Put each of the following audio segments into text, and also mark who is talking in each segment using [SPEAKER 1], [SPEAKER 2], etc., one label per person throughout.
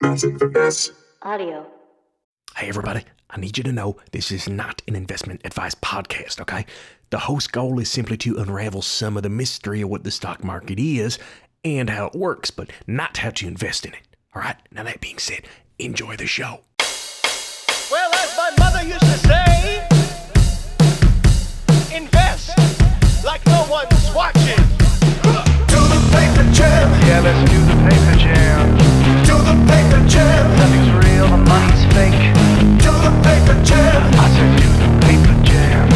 [SPEAKER 1] That's Inverness.
[SPEAKER 2] Audio.
[SPEAKER 3] Hey, everybody, I need you to know this is not an investment advice podcast, okay? The host's goal is simply to unravel some of the mystery of what the stock market is and how it works, but not how to invest in it, all right? Now, that being said, enjoy the show.
[SPEAKER 4] Well, as my mother used to say, invest like no one's watching.
[SPEAKER 5] To the paper jam,
[SPEAKER 6] Yeah, let's do the paper jam.
[SPEAKER 5] to the paper jam,
[SPEAKER 6] Nothing's real, the money's fake.
[SPEAKER 5] to the paper jam,
[SPEAKER 6] I said do the paper jam.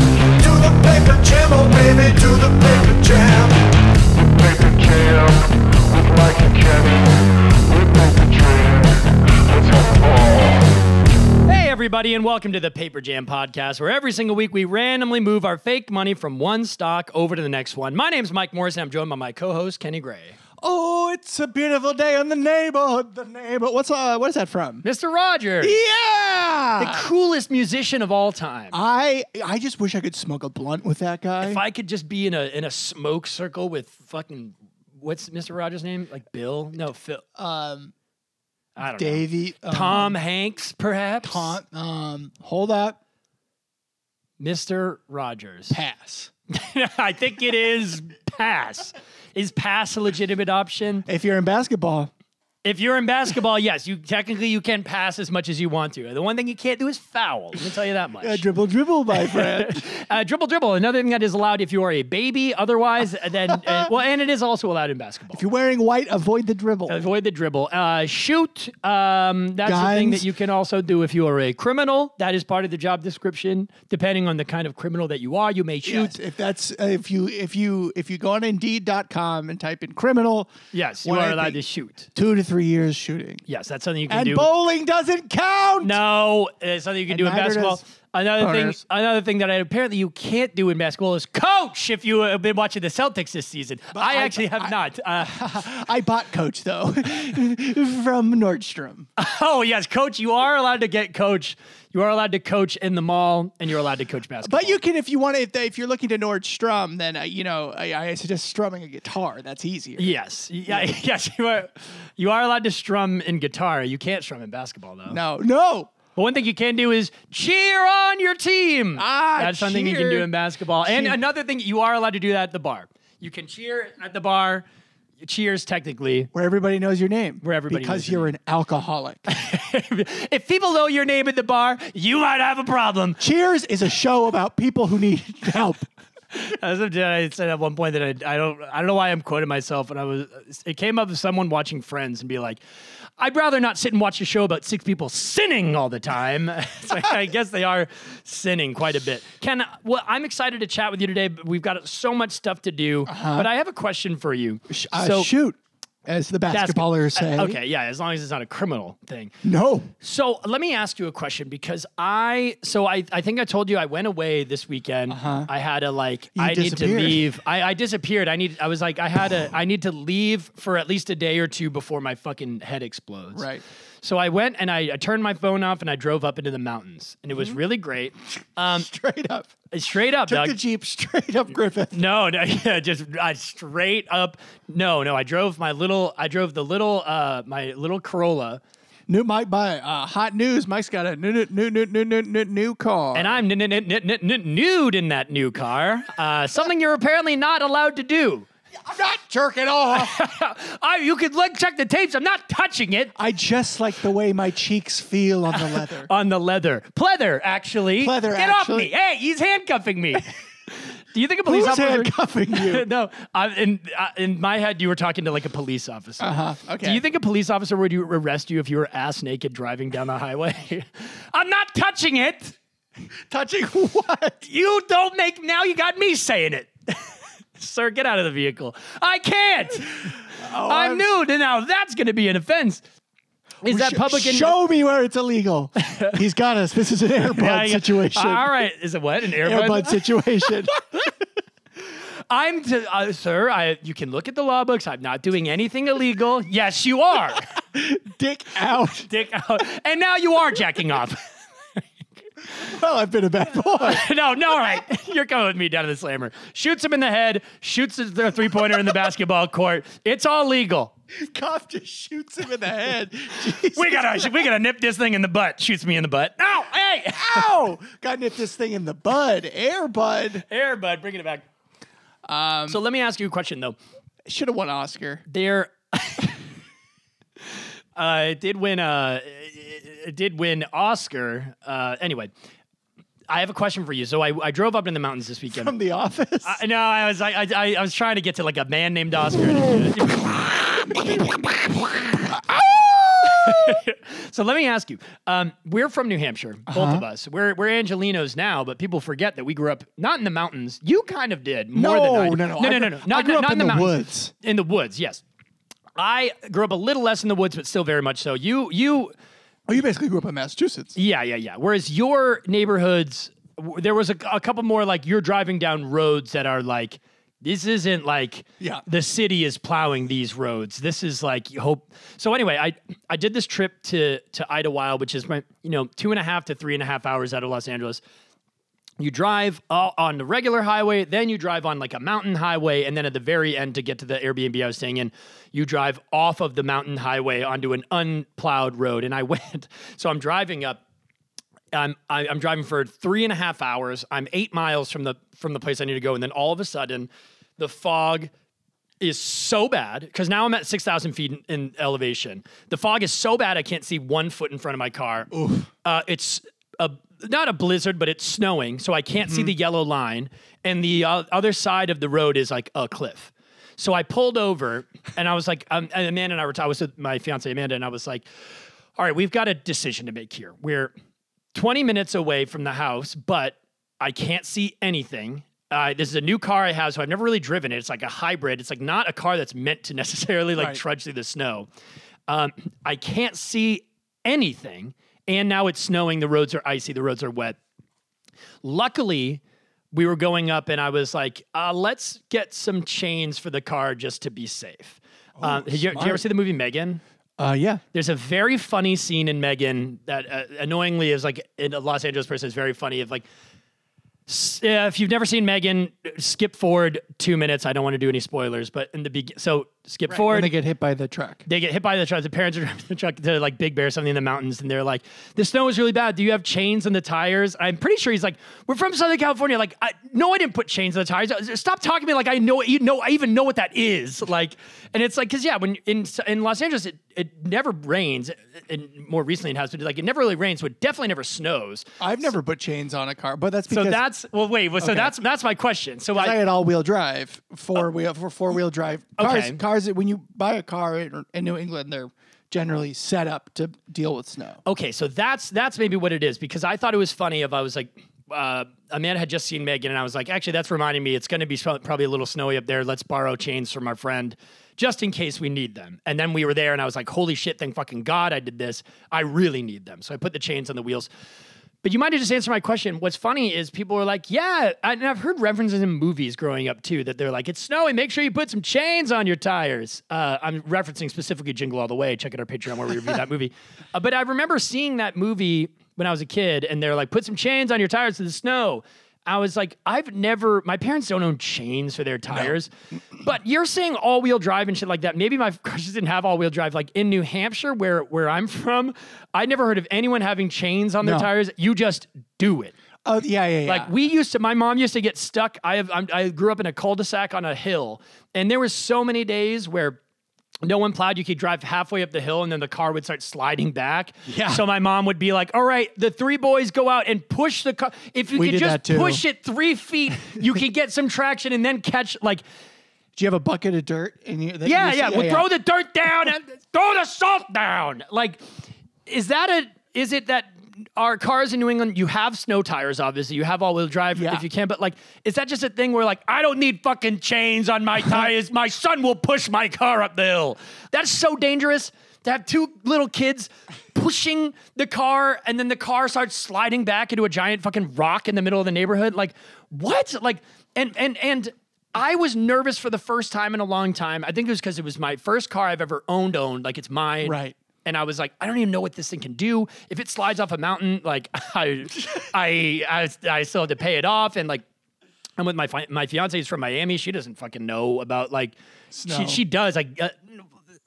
[SPEAKER 5] to the paper jam, oh baby, to the paper jam,
[SPEAKER 6] Paper jam, with Mike and Kenny. With paper jam, let's have a ball.
[SPEAKER 7] Hey, everybody, and welcome to the Paper Jam Podcast, where every single week we randomly move our fake money from one stock over to the next one. My name's Mike Morris, and I'm joined by my co host, Kenny Gray.
[SPEAKER 8] Oh, it's a beautiful day in the neighborhood. The neighbor. What's uh? What is that from?
[SPEAKER 7] Mr. Rogers, the
[SPEAKER 8] Yeah.
[SPEAKER 7] coolest musician of all time.
[SPEAKER 8] I I just wish I could smoke a blunt with that guy.
[SPEAKER 7] if I could just be in a in a smoke circle with fucking, what's Mr. Rogers' name? Like Bill? No, Phil.
[SPEAKER 8] um,
[SPEAKER 7] I don't
[SPEAKER 8] Davy.
[SPEAKER 7] know. Tom Hanks, perhaps?
[SPEAKER 8] Um, um, hold up.
[SPEAKER 7] Mr. Rogers.
[SPEAKER 8] Pass.
[SPEAKER 7] I think it is pass. Is pass a legitimate option?
[SPEAKER 8] If you're in basketball,
[SPEAKER 7] If you're in basketball, yes, you technically you can pass as much as you want to. The one thing you can't do is foul. Let me tell you that much.
[SPEAKER 8] uh, dribble, dribble, my friend.
[SPEAKER 7] Uh, dribble, dribble. Another thing that is allowed if you are a baby. Otherwise, uh, then uh, well, and it is also allowed in basketball.
[SPEAKER 8] if you're wearing white, avoid the dribble.
[SPEAKER 7] Avoid the dribble. Uh, shoot. Um, that's the thing that
[SPEAKER 8] Guns.
[SPEAKER 7] you can also do if you are a criminal. That is part of the job description. Depending on the kind of criminal that you are, you may shoot.
[SPEAKER 8] Yes, if that's uh, if you if you if you go on Indeed.com and type in criminal,
[SPEAKER 7] Yes, you
[SPEAKER 8] What
[SPEAKER 7] are
[SPEAKER 8] I
[SPEAKER 7] allowed
[SPEAKER 8] think-
[SPEAKER 7] to shoot.
[SPEAKER 8] two to three years shooting,
[SPEAKER 7] Yes, that's something you can
[SPEAKER 8] and
[SPEAKER 7] do.
[SPEAKER 8] bowling doesn't count.
[SPEAKER 7] No, it's something you can
[SPEAKER 8] And
[SPEAKER 7] do in
[SPEAKER 8] neither
[SPEAKER 7] basketball.
[SPEAKER 8] does
[SPEAKER 7] Another thing,
[SPEAKER 8] boners.
[SPEAKER 7] another thing that I, apparently you can't do in basketball is coach. If you have been watching the Celtics this season, I,
[SPEAKER 8] I-
[SPEAKER 7] actually have
[SPEAKER 8] I-
[SPEAKER 7] not. Uh,
[SPEAKER 8] I bought Coach though from Nordstrom.
[SPEAKER 7] oh yes, coach, you are allowed to get coach. You are allowed to coach in the mall, and you're allowed to coach basketball.
[SPEAKER 8] But you can, if you want, if, if you're looking to Nordstrom, then uh, you know I, I suggest strumming a guitar. That's easier.
[SPEAKER 7] yes, yeah, yes, you are. You are allowed to strum in guitar. You can't strum in basketball though.
[SPEAKER 8] No, no.
[SPEAKER 7] But one thing you can do is cheer on your team.
[SPEAKER 8] Ah,
[SPEAKER 7] That's something you can do
[SPEAKER 8] cheer.
[SPEAKER 7] in basketball. And
[SPEAKER 8] Cheer.
[SPEAKER 7] another thing, you are allowed to do that at the bar. You can cheer at the bar. Cheers, technically.
[SPEAKER 8] Where everybody knows your name.
[SPEAKER 7] Where everybody
[SPEAKER 8] because
[SPEAKER 7] knows your
[SPEAKER 8] you're an alcoholic.
[SPEAKER 7] if people know your name at the bar, you might have a problem.
[SPEAKER 8] Cheers is a show about people who need help.
[SPEAKER 7] As of today, I said at one point that I, I don't I don't know why I'm quoting myself, and I was it came up with someone watching Friends and be like, I'd rather not sit and watch a show about six people sinning all the time. so I guess they are sinning quite a bit. Ken, well, I'm excited to chat with you today. But we've got so much stuff to do, but I have a question for you.
[SPEAKER 8] Uh-huh. Uh, shoot, as the
[SPEAKER 7] basket-
[SPEAKER 8] basketballers say.
[SPEAKER 7] uh, Okay, yeah, as long as it's not a criminal thing.
[SPEAKER 8] No.
[SPEAKER 7] So let me ask you a question because I so I, I think I told you I went away this weekend. I had a like I need to
[SPEAKER 8] Uh-huh. disappeared.
[SPEAKER 7] leave. I, I disappeared. I need I was like I had a I need to leave for at least a day or two before my fucking head explodes.
[SPEAKER 8] Right.
[SPEAKER 7] So I went and I, I turned my phone off and I drove up into the mountains and it was really great. Um,
[SPEAKER 8] Mm-hmm. Straight up.
[SPEAKER 7] straight up,
[SPEAKER 8] Took
[SPEAKER 7] dog.
[SPEAKER 8] the jeep straight up Griffith.
[SPEAKER 7] No, no, yeah, just I straight up. No, no, I drove my little. I drove the little, uh, my little Corolla,
[SPEAKER 8] New Mike by uh, hot news. Mike's got a new new new new new new, new, new car.
[SPEAKER 7] and I'm n- n- n- n- n- nude in that new car. Uh, something you're apparently not allowed to do.
[SPEAKER 8] I'm not jerking off.
[SPEAKER 7] I, you could like check the tapes. I'm not touching it
[SPEAKER 8] I just like the way my cheeks feel on the leather.
[SPEAKER 7] on the leather, pleather. Actually,
[SPEAKER 8] Pleather,
[SPEAKER 7] get
[SPEAKER 8] actually.
[SPEAKER 7] off me! Hey, he's handcuffing me. Do you think a police
[SPEAKER 8] Who's
[SPEAKER 7] officer?
[SPEAKER 8] handcuffing you?
[SPEAKER 7] no, I, in I, in my head, you were talking to like a police officer.
[SPEAKER 8] Uh-huh.
[SPEAKER 7] Do
[SPEAKER 8] Okay.
[SPEAKER 7] you think a police officer would you arrest you if you were ass naked driving down the highway? I'm not touching it.
[SPEAKER 8] touching what?
[SPEAKER 7] You don't make now. You got me saying it, sir. Get out of the vehicle. I can't. I'm,
[SPEAKER 8] Oh, I'm-
[SPEAKER 7] nude, and now that's going to be an offense. Is that
[SPEAKER 8] Sh-
[SPEAKER 7] public? in-
[SPEAKER 8] Show me where it's illegal. He's got us. This is an
[SPEAKER 7] Yeah,
[SPEAKER 8] airbud
[SPEAKER 7] yeah.
[SPEAKER 8] situation.
[SPEAKER 7] All right. Is it what an airbud?
[SPEAKER 8] Airbud situation.
[SPEAKER 7] I'm, t- uh, sir. I you can look at the law books. I'm not doing anything illegal. Yes, you are.
[SPEAKER 8] Dick out.
[SPEAKER 7] Dick out. And now you are jacking off.
[SPEAKER 8] Well, I've been a bad boy.
[SPEAKER 7] no, no, all right. You're coming with me down to the slammer. Shoots him in the head, shoots the three pointer in the basketball court. It's all legal.
[SPEAKER 8] Cop just shoots him in the head. Jesus.
[SPEAKER 7] We gotta we gotta nip this thing in the butt. Shoots me in the butt. Ow! Hey!
[SPEAKER 8] Ow! Got nipped this thing in the bud. Air bud.
[SPEAKER 7] Air bud, bringing it back. Um, so let me ask you a question though.
[SPEAKER 8] Should have won Oscar.
[SPEAKER 7] There, uh, it did win. Uh, it did win Oscar. Uh, anyway, I have a question for you. So I, I drove up in the mountains this weekend.
[SPEAKER 8] From The Office.
[SPEAKER 7] I- no, I was I, I I- I was trying to get to like a man named Oscar. so let me ask you. Um, we're from New Hampshire, both
[SPEAKER 8] Uh-huh.
[SPEAKER 7] of us. We're we're Angelinos now, but people forget that we grew up not in the mountains. You kind of did more than I
[SPEAKER 8] no,
[SPEAKER 7] did.
[SPEAKER 8] no, no,
[SPEAKER 7] no, no,
[SPEAKER 8] I grew-
[SPEAKER 7] no, no.
[SPEAKER 8] I
[SPEAKER 7] Not,
[SPEAKER 8] grew
[SPEAKER 7] not in
[SPEAKER 8] up in
[SPEAKER 7] the
[SPEAKER 8] the
[SPEAKER 7] mountains.
[SPEAKER 8] woods.
[SPEAKER 7] In the woods, yes. I grew up a little less in the woods, but still very much so. You you
[SPEAKER 8] Oh, you basically grew up in Massachusetts.
[SPEAKER 7] yeah, yeah, yeah. Whereas your neighborhoods, w- there was a, a couple more like you're driving down roads that are like, this isn't like
[SPEAKER 8] Yeah.
[SPEAKER 7] the city is plowing these roads. This is like you hope. So anyway, I I did this trip to to Idlewild, which is my you know two and a half to three and a half hours out of Los Angeles. You drive o- on the regular highway, then you drive on like a mountain highway, and then at the very end to get to the Airbnb I was staying in, you drive off of the mountain highway onto an unplowed road. And I went, so I'm driving up I'm I, I'm driving for three and a half hours. I'm eight miles from the from the place I need to go, and then all of a sudden, the fog is so bad because now I'm at six thousand feet in, in elevation. The fog is so bad I can't see one foot in front of my car. Uh, it's a not a blizzard, but it's snowing, so I can't see the yellow line, and the uh, other side of the road is like a cliff. So I pulled over, and I was like, um, and Amanda and I were. I was with my fiance Amanda, and I was like, all right, we've got a decision to make here. We're 20 minutes away from the house, but I can't see anything. Uh, this is a new car I have, so I've never really driven it. It's like a hybrid. It's like not a car that's meant to necessarily like
[SPEAKER 8] Right.
[SPEAKER 7] trudge through the snow. Um, I can't see anything, and now it's snowing. The roads are icy. The roads are wet. Luckily, we were going up, and I was like, uh, "Let's get some chains for the car just to be safe." um, did you, did you ever
[SPEAKER 8] Oh, smart.
[SPEAKER 7] see the movie Megan?
[SPEAKER 8] Uh, yeah.
[SPEAKER 7] There's a very funny scene in Megan that uh, annoyingly is like in a Los Angeles person is very funny. If like, s- yeah, if you've never seen Megan, uh, skip forward two minutes. I don't want to do any spoilers, but in the begin, so skip
[SPEAKER 8] When
[SPEAKER 7] forward
[SPEAKER 8] they get hit by the truck.
[SPEAKER 7] they get hit by the truck. The parents are driving the truck to like Big Bear, or something in the mountains, and they're like, "The snow is really bad. Do you have chains on the tires?" I'm pretty sure he's like, "We're from Southern California." Like, I, no, I didn't put chains on the tires. Uh, Stop talking to me like I know you know I even know what that is. Like, and it's like because yeah, when in in Los Angeles it, it never rains, and more recently it has, but like it never really rains, so it definitely never snows.
[SPEAKER 8] I've never put chains on a car, but that's
[SPEAKER 7] So
[SPEAKER 8] because
[SPEAKER 7] that's well, wait, well, so that's that's my question. So
[SPEAKER 8] I Uh,
[SPEAKER 7] like,
[SPEAKER 8] had all wheel drive, four wheel for four wheel drive cars.
[SPEAKER 7] Okay.
[SPEAKER 8] Cars that when you buy a car in, in New England, they're generally set up to deal with snow.
[SPEAKER 7] okay, so that's that's maybe what it is because I thought it was funny. If I was like, uh, Amanda had just seen Megan, and I was like, actually, that's reminding me it's going to be snow- probably a little snowy up there. Let's borrow chains from our friend just in case we need them. And then we were there, and I was like, holy shit, thank fucking god I did this. I really need them, so I put the chains on the wheels. But you might have just answered my question. What's funny is people are like, yeah, I- and I've heard references in movies growing up too that they're like, it's snowy, make sure you put some chains on your tires. Uh, I'm referencing specifically Jingle All the Way. Check out our Patreon where we review that movie. Uh, but I remember seeing that movie when I was a kid, and they're like, put some chains on your tires to the snow. I was like, I've never, my parents don't own chains for their tires, but you're saying all wheel drive and shit like that. Maybe my crushes didn't have all wheel drive. Like in New Hampshire, where, where I'm from, I never heard of anyone having chains on their
[SPEAKER 8] No.
[SPEAKER 7] tires. You just do it.
[SPEAKER 8] Oh yeah, yeah, yeah.
[SPEAKER 7] Like we used to, my mom used to get stuck. I have, I'm, I grew up in a cul-de-sac on a hill, and there were so many days where no one plowed. You could drive halfway up the hill, and then the car would start sliding back.
[SPEAKER 8] Yeah.
[SPEAKER 7] So my mom would be like, "All right, the three boys go out and push the car. If you
[SPEAKER 8] We
[SPEAKER 7] could
[SPEAKER 8] did
[SPEAKER 7] just
[SPEAKER 8] that too.
[SPEAKER 7] push it three feet, you could get some traction and then catch like."
[SPEAKER 8] Do you have a bucket of dirt? And you, that
[SPEAKER 7] Yeah,
[SPEAKER 8] you-
[SPEAKER 7] yeah. Well, throw the dirt down and throw the salt down. Like, is that a? Is it that our cars in New England? You have snow tires, obviously. You have all-wheel drive
[SPEAKER 8] Yeah.
[SPEAKER 7] if you can. But like, is that just a thing where like I don't need fucking chains on my tires? my son will push my car up the hill. That's so dangerous to have two little kids pushing the car and then the car starts sliding back into a giant fucking rock in the middle of the neighborhood like what like and and and I was nervous for the first time in a long time. I think it was because it was my first car I've ever owned, owned. Like it's mine.
[SPEAKER 8] Right.
[SPEAKER 7] And I was like, I don't even know what this thing can do. If it slides off a mountain, like I, I, I, I still have to pay it off. And like, I'm with my fi- my fiance is from Miami. She doesn't fucking know about like,
[SPEAKER 8] Snow.
[SPEAKER 7] she she does like. Uh,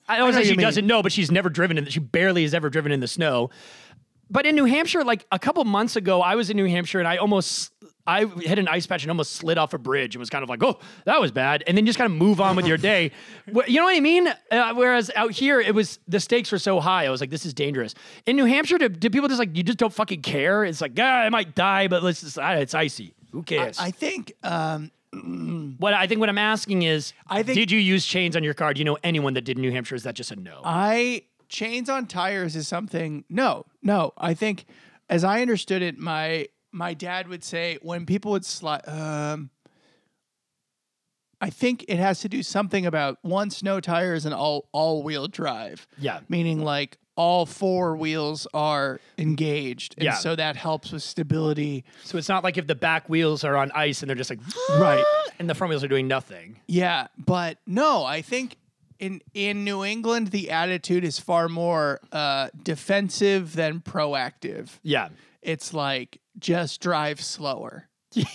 [SPEAKER 7] I don't
[SPEAKER 8] know
[SPEAKER 7] say
[SPEAKER 8] what
[SPEAKER 7] she
[SPEAKER 8] you mean.
[SPEAKER 7] doesn't know, but she's never driven in. She barely has ever driven in the snow. But in New Hampshire, like a couple months ago, I was in New Hampshire and I almost I hit an ice patch and almost slid off a bridge and was kind of like, oh, that was bad, and then just kind of move on with your day. Wh- you know what I mean? Uh, whereas out here, it was the stakes were so high. I was like, this is dangerous. In New Hampshire, do, do people just like you just don't fucking care? It's like, ah, I might die, but let's just ah, it's icy. Who cares?
[SPEAKER 8] I think um,
[SPEAKER 7] what I think what I'm asking is,
[SPEAKER 8] I think-
[SPEAKER 7] did you use chains on your car? Do you know anyone that did in New Hampshire? Is that just a no?
[SPEAKER 8] Uh, I chains on tires is something. No, no. I think, as I understood it, my my dad would say when people would slide. Um, I think it has to do something about one snow tires and all all wheel drive.
[SPEAKER 7] Yeah.
[SPEAKER 8] meaning like all four wheels are engaged, and
[SPEAKER 7] Yeah.
[SPEAKER 8] so that helps with stability.
[SPEAKER 7] So it's not like if the back wheels are on ice and they're just like and the front wheels are doing nothing.
[SPEAKER 8] Yeah, but no, I think in in New England the attitude is far more uh, defensive than proactive.
[SPEAKER 7] Yeah.
[SPEAKER 8] It's like just drive slower.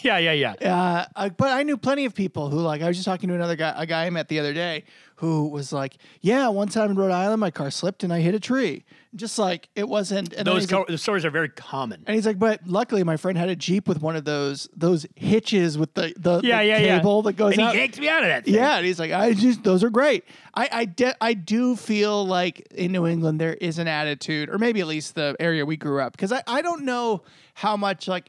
[SPEAKER 7] Yeah, yeah, yeah.
[SPEAKER 8] Uh, I, but I knew plenty of people who like I was just talking to another guy, a guy I met the other day, who was like, "Yeah, one time in Rhode Island, my car slipped and I hit a tree." Just like it wasn't. And then
[SPEAKER 7] Those
[SPEAKER 8] he's
[SPEAKER 7] co-
[SPEAKER 8] like,
[SPEAKER 7] the stories are very common.
[SPEAKER 8] and he's like, "But luckily, my friend had a jeep with one of those those hitches with the the,
[SPEAKER 7] Yeah,
[SPEAKER 8] the
[SPEAKER 7] yeah, yeah.
[SPEAKER 8] cable that goes
[SPEAKER 7] And
[SPEAKER 8] out."
[SPEAKER 7] he yanked me out of that. Thing.
[SPEAKER 8] Yeah, and he's like, I just those are great. I I, de- I do feel like in New England there is an attitude, or maybe at least the area we grew up, because I I don't know how much like.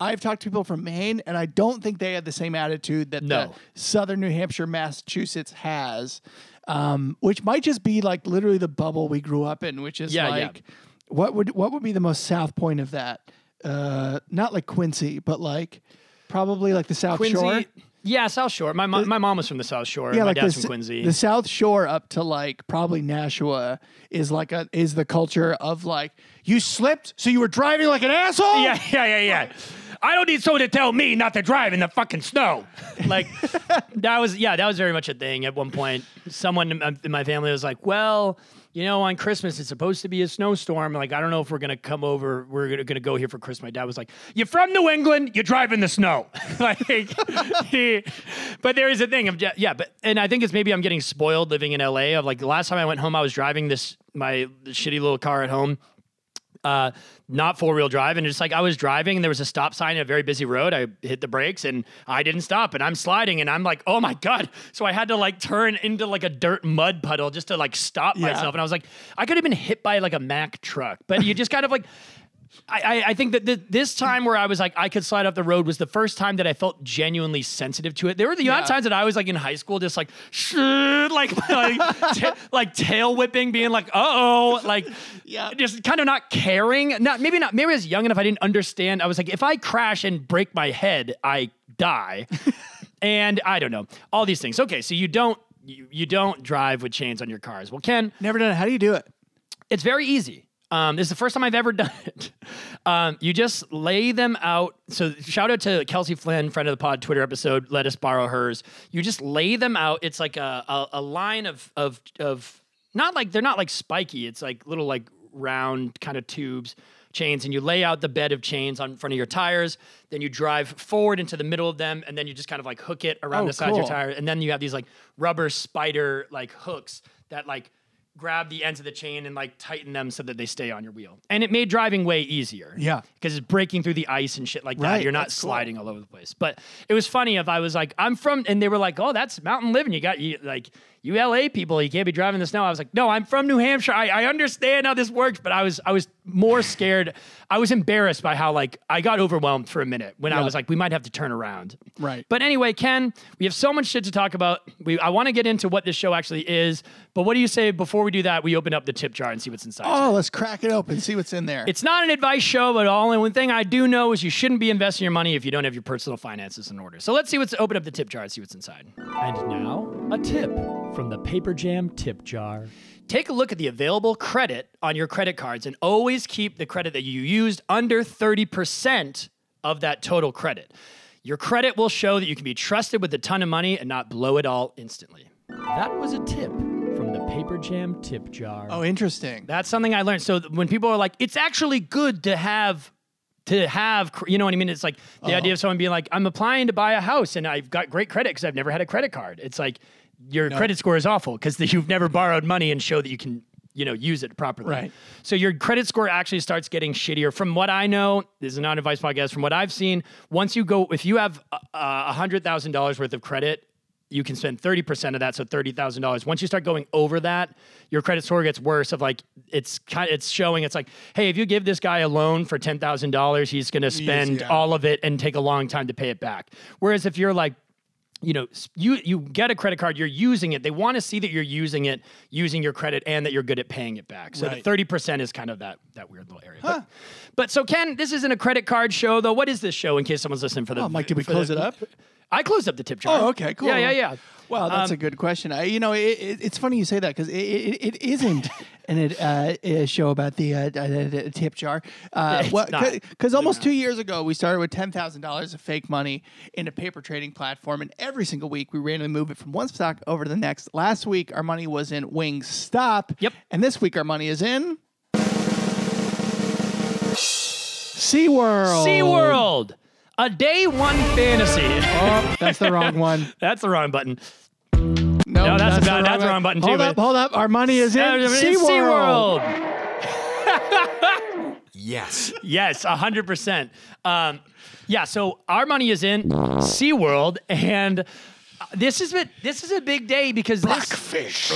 [SPEAKER 8] I've talked to people from Maine, and I don't think they had the same attitude that
[SPEAKER 7] No.
[SPEAKER 8] the Southern New Hampshire, Massachusetts has, um, which might just be like literally the bubble we grew up in, which is
[SPEAKER 7] Yeah, yeah.
[SPEAKER 8] like, what would what would be the most south point of that? Uh, not like Quincy, but like probably like the South
[SPEAKER 7] Quincy.
[SPEAKER 8] Shore.
[SPEAKER 7] Yeah, South Shore. My mo- my mom was from the South Shore. and my dad's
[SPEAKER 8] the,
[SPEAKER 7] from
[SPEAKER 8] s-
[SPEAKER 7] Quincy.
[SPEAKER 8] the South Shore up to like probably Nashua is like a is the culture of like you slipped, so you were driving like an asshole.
[SPEAKER 7] yeah, yeah, yeah, yeah. I don't need someone to tell me not to drive in the fucking snow. Like that was yeah, that was very much a thing at one point. Someone in my- in my family was like, "Well, you know, on Christmas it's supposed to be a snowstorm. Like I don't know if we're gonna come over. We're gonna, gonna go here for Christmas." My dad was like, "You're from New England. You drive in the snow." like, he, but there is a thing of ju- yeah, but and I think it's maybe I'm getting spoiled living in LA. Of like the last time I went home, I was driving this my shitty little car at home uh, not four wheel drive. And it's like I was driving and there was a stop sign at a very busy road. I hit the brakes and I didn't stop and I'm sliding and I'm like, oh my God. So I had to like turn into like a dirt mud puddle just to like stop myself. And I was like, I could have been hit by like a Mack truck, but you just kind of like, I, I- I think that th- this time where I was like, I could slide off the road was the first time that I felt genuinely sensitive to it. There were the odd
[SPEAKER 8] Yeah.
[SPEAKER 7] times that I was like in high school, just like, "Shh," like, like, ta- like tail whipping, being like, uh oh, like,
[SPEAKER 8] Yeah.
[SPEAKER 7] just kind of not caring. Not maybe not. Maybe I was young enough. I didn't understand. I was like, if I crash and break my head, I die. and I don't know all these things. Okay, so you don't you, you don't drive with chains on your cars. Well, Ken,
[SPEAKER 8] never done it. How do you do it?
[SPEAKER 7] it's very easy. Um, this is the first time I've ever done it. Um, you just lay them out. So shout out to Kelsey Flynn, friend of the pod, Twitter episode. Let us borrow hers. You just lay them out. It's like a a, a line of of of not like they're not like spiky. It's like little like round kind of tubes chains and you lay out the bed of chains on front of your tires then you drive forward into the middle of them and then you just kind of like hook it around
[SPEAKER 8] Oh,
[SPEAKER 7] the sides of your
[SPEAKER 8] cool.
[SPEAKER 7] tire and then you have these like rubber spider like hooks that like grab the ends of the chain and like tighten them so that they stay on your wheel. And it made driving way easier.
[SPEAKER 8] Yeah.
[SPEAKER 7] Because it's breaking through the ice and shit like that.
[SPEAKER 8] Right,
[SPEAKER 7] You're not
[SPEAKER 8] that's cool.
[SPEAKER 7] sliding all over the place. But it was funny if I was like, I'm from, and they were like, oh, that's mountain living. You got, you like, you LA people, you can't be driving the snow. I was like, no, I'm from New Hampshire. I, I understand how this works, but I was, I was more scared. I was embarrassed by how like I got overwhelmed for a minute when I was like, we might have to turn around.
[SPEAKER 8] Right.
[SPEAKER 7] But anyway, Ken, we have so much shit to talk about. We I want to get into what this show actually is, but what do you say before we do that? We open up the tip jar and see what's inside.
[SPEAKER 8] Oh, let's crack it open. See what's in there.
[SPEAKER 7] It's not an advice show, but all one thing I do know is you shouldn't be investing your money if you don't have your personal finances in order. So let's see what's open up the tip jar and see what's inside. And now a tip from the Paper Jam tip jar. Take a look at the available credit on your credit cards and always keep the credit that you used under 30% of that total credit. Your credit will show that you can be trusted with a ton of money and not blow it all instantly. That was a tip from the Paper Jam tip jar.
[SPEAKER 8] oh, interesting.
[SPEAKER 7] That's something I learned. So th- when people are like, it's actually good to have to have cr- you know what I mean? It's like the idea of someone being like, I'm applying to buy a house and I've got great credit because I've never had a credit card. It's like your credit score is awful because you've never borrowed money and show that you can you know use it properly
[SPEAKER 8] Right.
[SPEAKER 7] so your credit score actually starts getting shittier from what i know this is not advice podcast from what i've seen once you go if you have a uh, $100000 worth of credit you can spend 30% of that so $30000 once you start going over that your credit score gets worse of like it's kind it's showing it's like hey if you give this guy a loan for $10000 he's going to spend
[SPEAKER 8] yeah.
[SPEAKER 7] all of it and take a long time to pay it back whereas if you're like you know s- you you get a credit card you're using it they want to see that you're using it using your credit and that you're good at paying it back so
[SPEAKER 8] Right.
[SPEAKER 7] the 30% is kind of that that weird little area but, but so ken this isn't a credit card show though what is this show in case someone's listening for the
[SPEAKER 8] Oh, Mike, did we
[SPEAKER 7] for
[SPEAKER 8] close
[SPEAKER 7] the-
[SPEAKER 8] it up?
[SPEAKER 7] i closed up the tip jar
[SPEAKER 8] Oh, okay, cool.
[SPEAKER 7] yeah yeah yeah
[SPEAKER 8] Wow, that's
[SPEAKER 7] Um,
[SPEAKER 8] a good question. I, you know, it, it, it's funny you say that because it, it, it isn't an ad- uh, a show about the uh, d- d- d- tip jar. Uh,
[SPEAKER 7] It's not.
[SPEAKER 8] Because almost two years ago, we started with ten thousand dollars of fake money in a paper trading platform, and every single week we randomly move it from one stock over to the next. Last week, our money was in Wingstop.
[SPEAKER 7] Yep.
[SPEAKER 8] And this week, our money is in SeaWorld.
[SPEAKER 7] seaworld a day one fantasy
[SPEAKER 8] Oh, that's the wrong one.
[SPEAKER 7] that's the wrong button
[SPEAKER 8] No,
[SPEAKER 7] No, that's
[SPEAKER 8] the
[SPEAKER 7] about- that's the wrong button, too,
[SPEAKER 8] Hold
[SPEAKER 7] but-
[SPEAKER 8] up, hold up. Our money is in
[SPEAKER 7] It's
[SPEAKER 8] SeaWorld.
[SPEAKER 7] SeaWorld.
[SPEAKER 3] Yes.
[SPEAKER 7] Yes, 100%. Um, yeah, so our money is in SeaWorld and uh, this is a, this is a big day because blackfish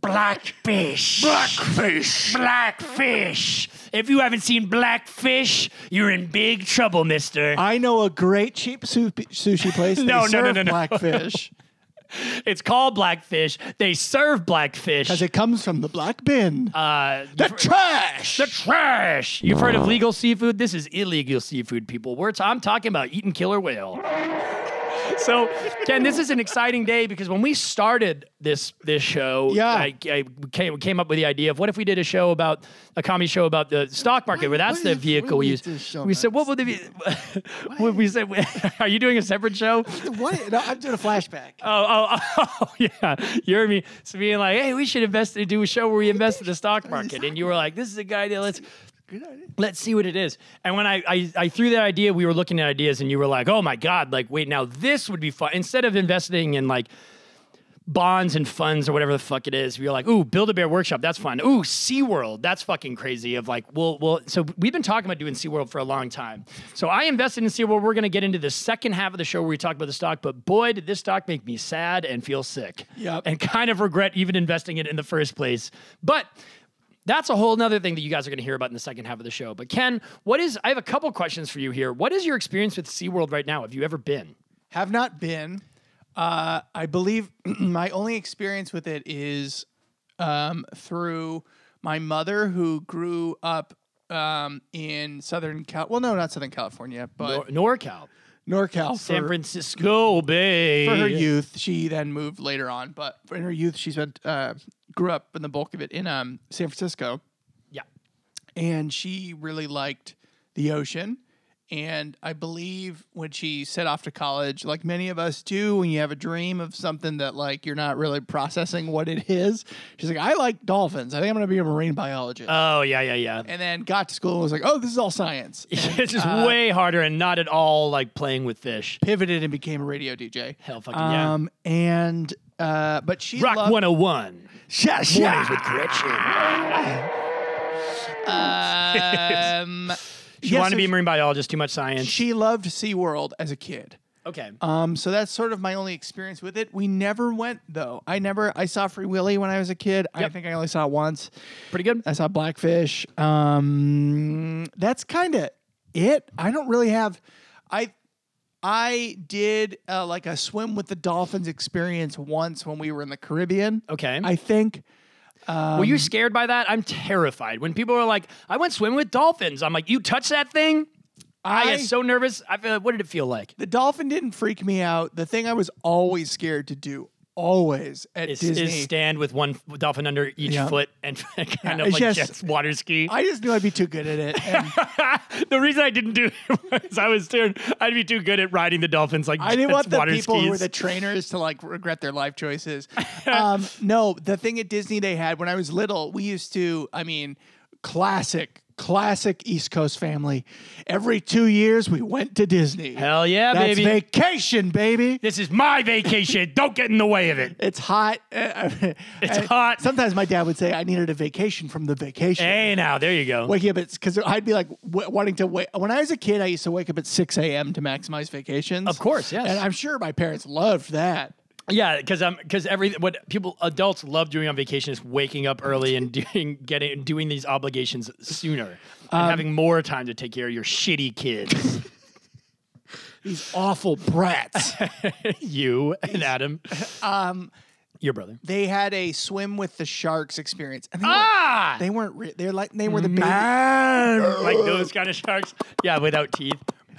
[SPEAKER 7] black, blackfish blackfish blackfish if you haven't seen blackfish you're in big trouble mister
[SPEAKER 8] I know a great cheap su- sushi place. They
[SPEAKER 7] No, no, no,
[SPEAKER 8] serve
[SPEAKER 7] no, no.
[SPEAKER 8] Blackfish
[SPEAKER 7] it's called blackfish they serve blackfish
[SPEAKER 8] because it comes from the black bin.
[SPEAKER 7] uh,
[SPEAKER 8] the trash.
[SPEAKER 7] The trash. You've heard of legal seafood? This is illegal seafood, people. We're t- I'm talking about eating killer whale. so, Ken, this is an exciting day because when we started this this show,
[SPEAKER 8] Yeah.
[SPEAKER 7] I, I came, came up with the idea of what if we did a show about a comedy show about the stock market where that's
[SPEAKER 8] what
[SPEAKER 7] the
[SPEAKER 8] if
[SPEAKER 7] vehicle
[SPEAKER 8] we
[SPEAKER 7] we
[SPEAKER 8] did this
[SPEAKER 7] use.
[SPEAKER 8] show
[SPEAKER 7] We
[SPEAKER 8] about
[SPEAKER 7] said, what would the ve- what we said? Are you doing a separate show?
[SPEAKER 8] what? No, I'm doing a flashback.
[SPEAKER 7] Oh, oh, oh, yeah. You heard me so being like, hey, we should invest do a show where we invest in the stock market. And you were like, this is a good idea. Let's let's see what it is. And when I, I I threw that idea, we were looking at ideas and you were like, oh my God, like wait, now this would be fun. Instead of investing in like bonds and funds or whatever the fuck it is, you're like, ooh, Build a Bear Workshop, that's fun. Ooh, SeaWorld, that's fucking crazy. Of like, well, well, so we've been talking about doing SeaWorld for a long time. So I invested in SeaWorld. We're gonna get into the second half of the show where we talk about the stock, but boy, did this stock make me sad and feel sick.
[SPEAKER 8] Yep.
[SPEAKER 7] And kind of regret even investing in it in the first place. But that's a whole nother thing that you guys are going to hear about in the second half of the show. But Ken, what is? I have a couple questions for you here. What is your experience with SeaWorld right now? Have you ever been?
[SPEAKER 8] Have not been. Uh, I believe my only experience with it is um, through my mother, who grew up um, in Southern Cal. Well, no, not Southern California, but
[SPEAKER 7] Nor- NorCal,
[SPEAKER 8] NorCal.
[SPEAKER 7] San
[SPEAKER 8] for-
[SPEAKER 7] Francisco Bay.
[SPEAKER 8] for her youth. She then moved later on, but for- in her youth, she spent uh, grew up in the bulk of it in um, San Francisco,
[SPEAKER 7] yeah.
[SPEAKER 8] and she really liked the ocean. And I believe when she set off to college, like many of us do, when you have a dream of something that like you're not really processing what it is, she's like, "I like dolphins. I think I'm going to be a marine biologist."
[SPEAKER 7] Oh yeah, yeah, yeah.
[SPEAKER 8] and then got to school and was like, "Oh, this is all science."
[SPEAKER 7] it's just way harder and not at all like playing with fish.
[SPEAKER 8] Pivoted and became a radio DJ.
[SPEAKER 7] Hell fucking yeah.
[SPEAKER 8] Um, and uh, but she
[SPEAKER 7] Rock
[SPEAKER 8] loved-
[SPEAKER 7] 101.
[SPEAKER 8] Yeah,
[SPEAKER 7] Mornings with Gretchen.
[SPEAKER 8] um,
[SPEAKER 7] She
[SPEAKER 8] yeah,
[SPEAKER 7] wanted to
[SPEAKER 8] so
[SPEAKER 7] be a marine biologist. Too much science. Uh,
[SPEAKER 8] She loved SeaWorld as a kid.
[SPEAKER 7] okay.
[SPEAKER 8] Um, so that's sort of my only experience with it. We never went though. I never I saw Free Willy when I was a kid. I
[SPEAKER 7] Yep.
[SPEAKER 8] think I only saw it once.
[SPEAKER 7] Pretty good.
[SPEAKER 8] I saw Blackfish. Um, that's kind of it. I don't really have. I I did uh, like a swim with the dolphins experience once when we were in the Caribbean.
[SPEAKER 7] Okay.
[SPEAKER 8] I think
[SPEAKER 7] Were you scared by that? I'm terrified. When people are like, I went swimming with dolphins. I'm like, you touch that thing? I,
[SPEAKER 8] I-
[SPEAKER 7] get so nervous. I feel like, what did it feel like?
[SPEAKER 8] The dolphin didn't freak me out. The thing I was always scared to do, always at
[SPEAKER 7] Is,
[SPEAKER 8] Disney.
[SPEAKER 7] is stand with one f- dolphin under each
[SPEAKER 8] Yeah.
[SPEAKER 7] foot and kind of
[SPEAKER 8] it's
[SPEAKER 7] like
[SPEAKER 8] just-
[SPEAKER 7] jet water ski.
[SPEAKER 8] I just knew I'd be too good at it. And
[SPEAKER 7] the reason I didn't do it was I was scared I'd be too good at riding the dolphins like
[SPEAKER 8] I didn't
[SPEAKER 7] jets
[SPEAKER 8] want the
[SPEAKER 7] water
[SPEAKER 8] people
[SPEAKER 7] skis.
[SPEAKER 8] who were the trainers to like regret their life choices. Um, no, the thing at Disney they had when I was little, we used to, I mean, classic classic East Coast family. Every two years, we went to Disney.
[SPEAKER 7] Hell yeah,
[SPEAKER 8] That's
[SPEAKER 7] baby.
[SPEAKER 8] vacation, baby.
[SPEAKER 7] this is my vacation. Don't get in the way of it.
[SPEAKER 8] It's hot. It's
[SPEAKER 7] hot.
[SPEAKER 8] Sometimes my dad would say, I needed a vacation from the vacation.
[SPEAKER 7] Hey, now there you go.
[SPEAKER 8] Waking up at because I'd be like w- wanting to wait. When I was a kid, I used to wake up at six a.m. to maximize vacations.
[SPEAKER 7] Of course, yes.
[SPEAKER 8] and I'm sure my parents loved that.
[SPEAKER 7] Yeah, because um, because every what people adults love doing on vacation is waking up early and doing getting doing these obligations sooner and
[SPEAKER 8] Um,
[SPEAKER 7] having more time to take care of your shitty kids.
[SPEAKER 8] These awful brats.
[SPEAKER 7] you and Adam, um, your brother.
[SPEAKER 8] they had a swim with the sharks experience, and they
[SPEAKER 7] Ah,
[SPEAKER 8] weren't, they weren't re- they're like they were the baby,
[SPEAKER 7] like those kind of sharks. Yeah, without teeth.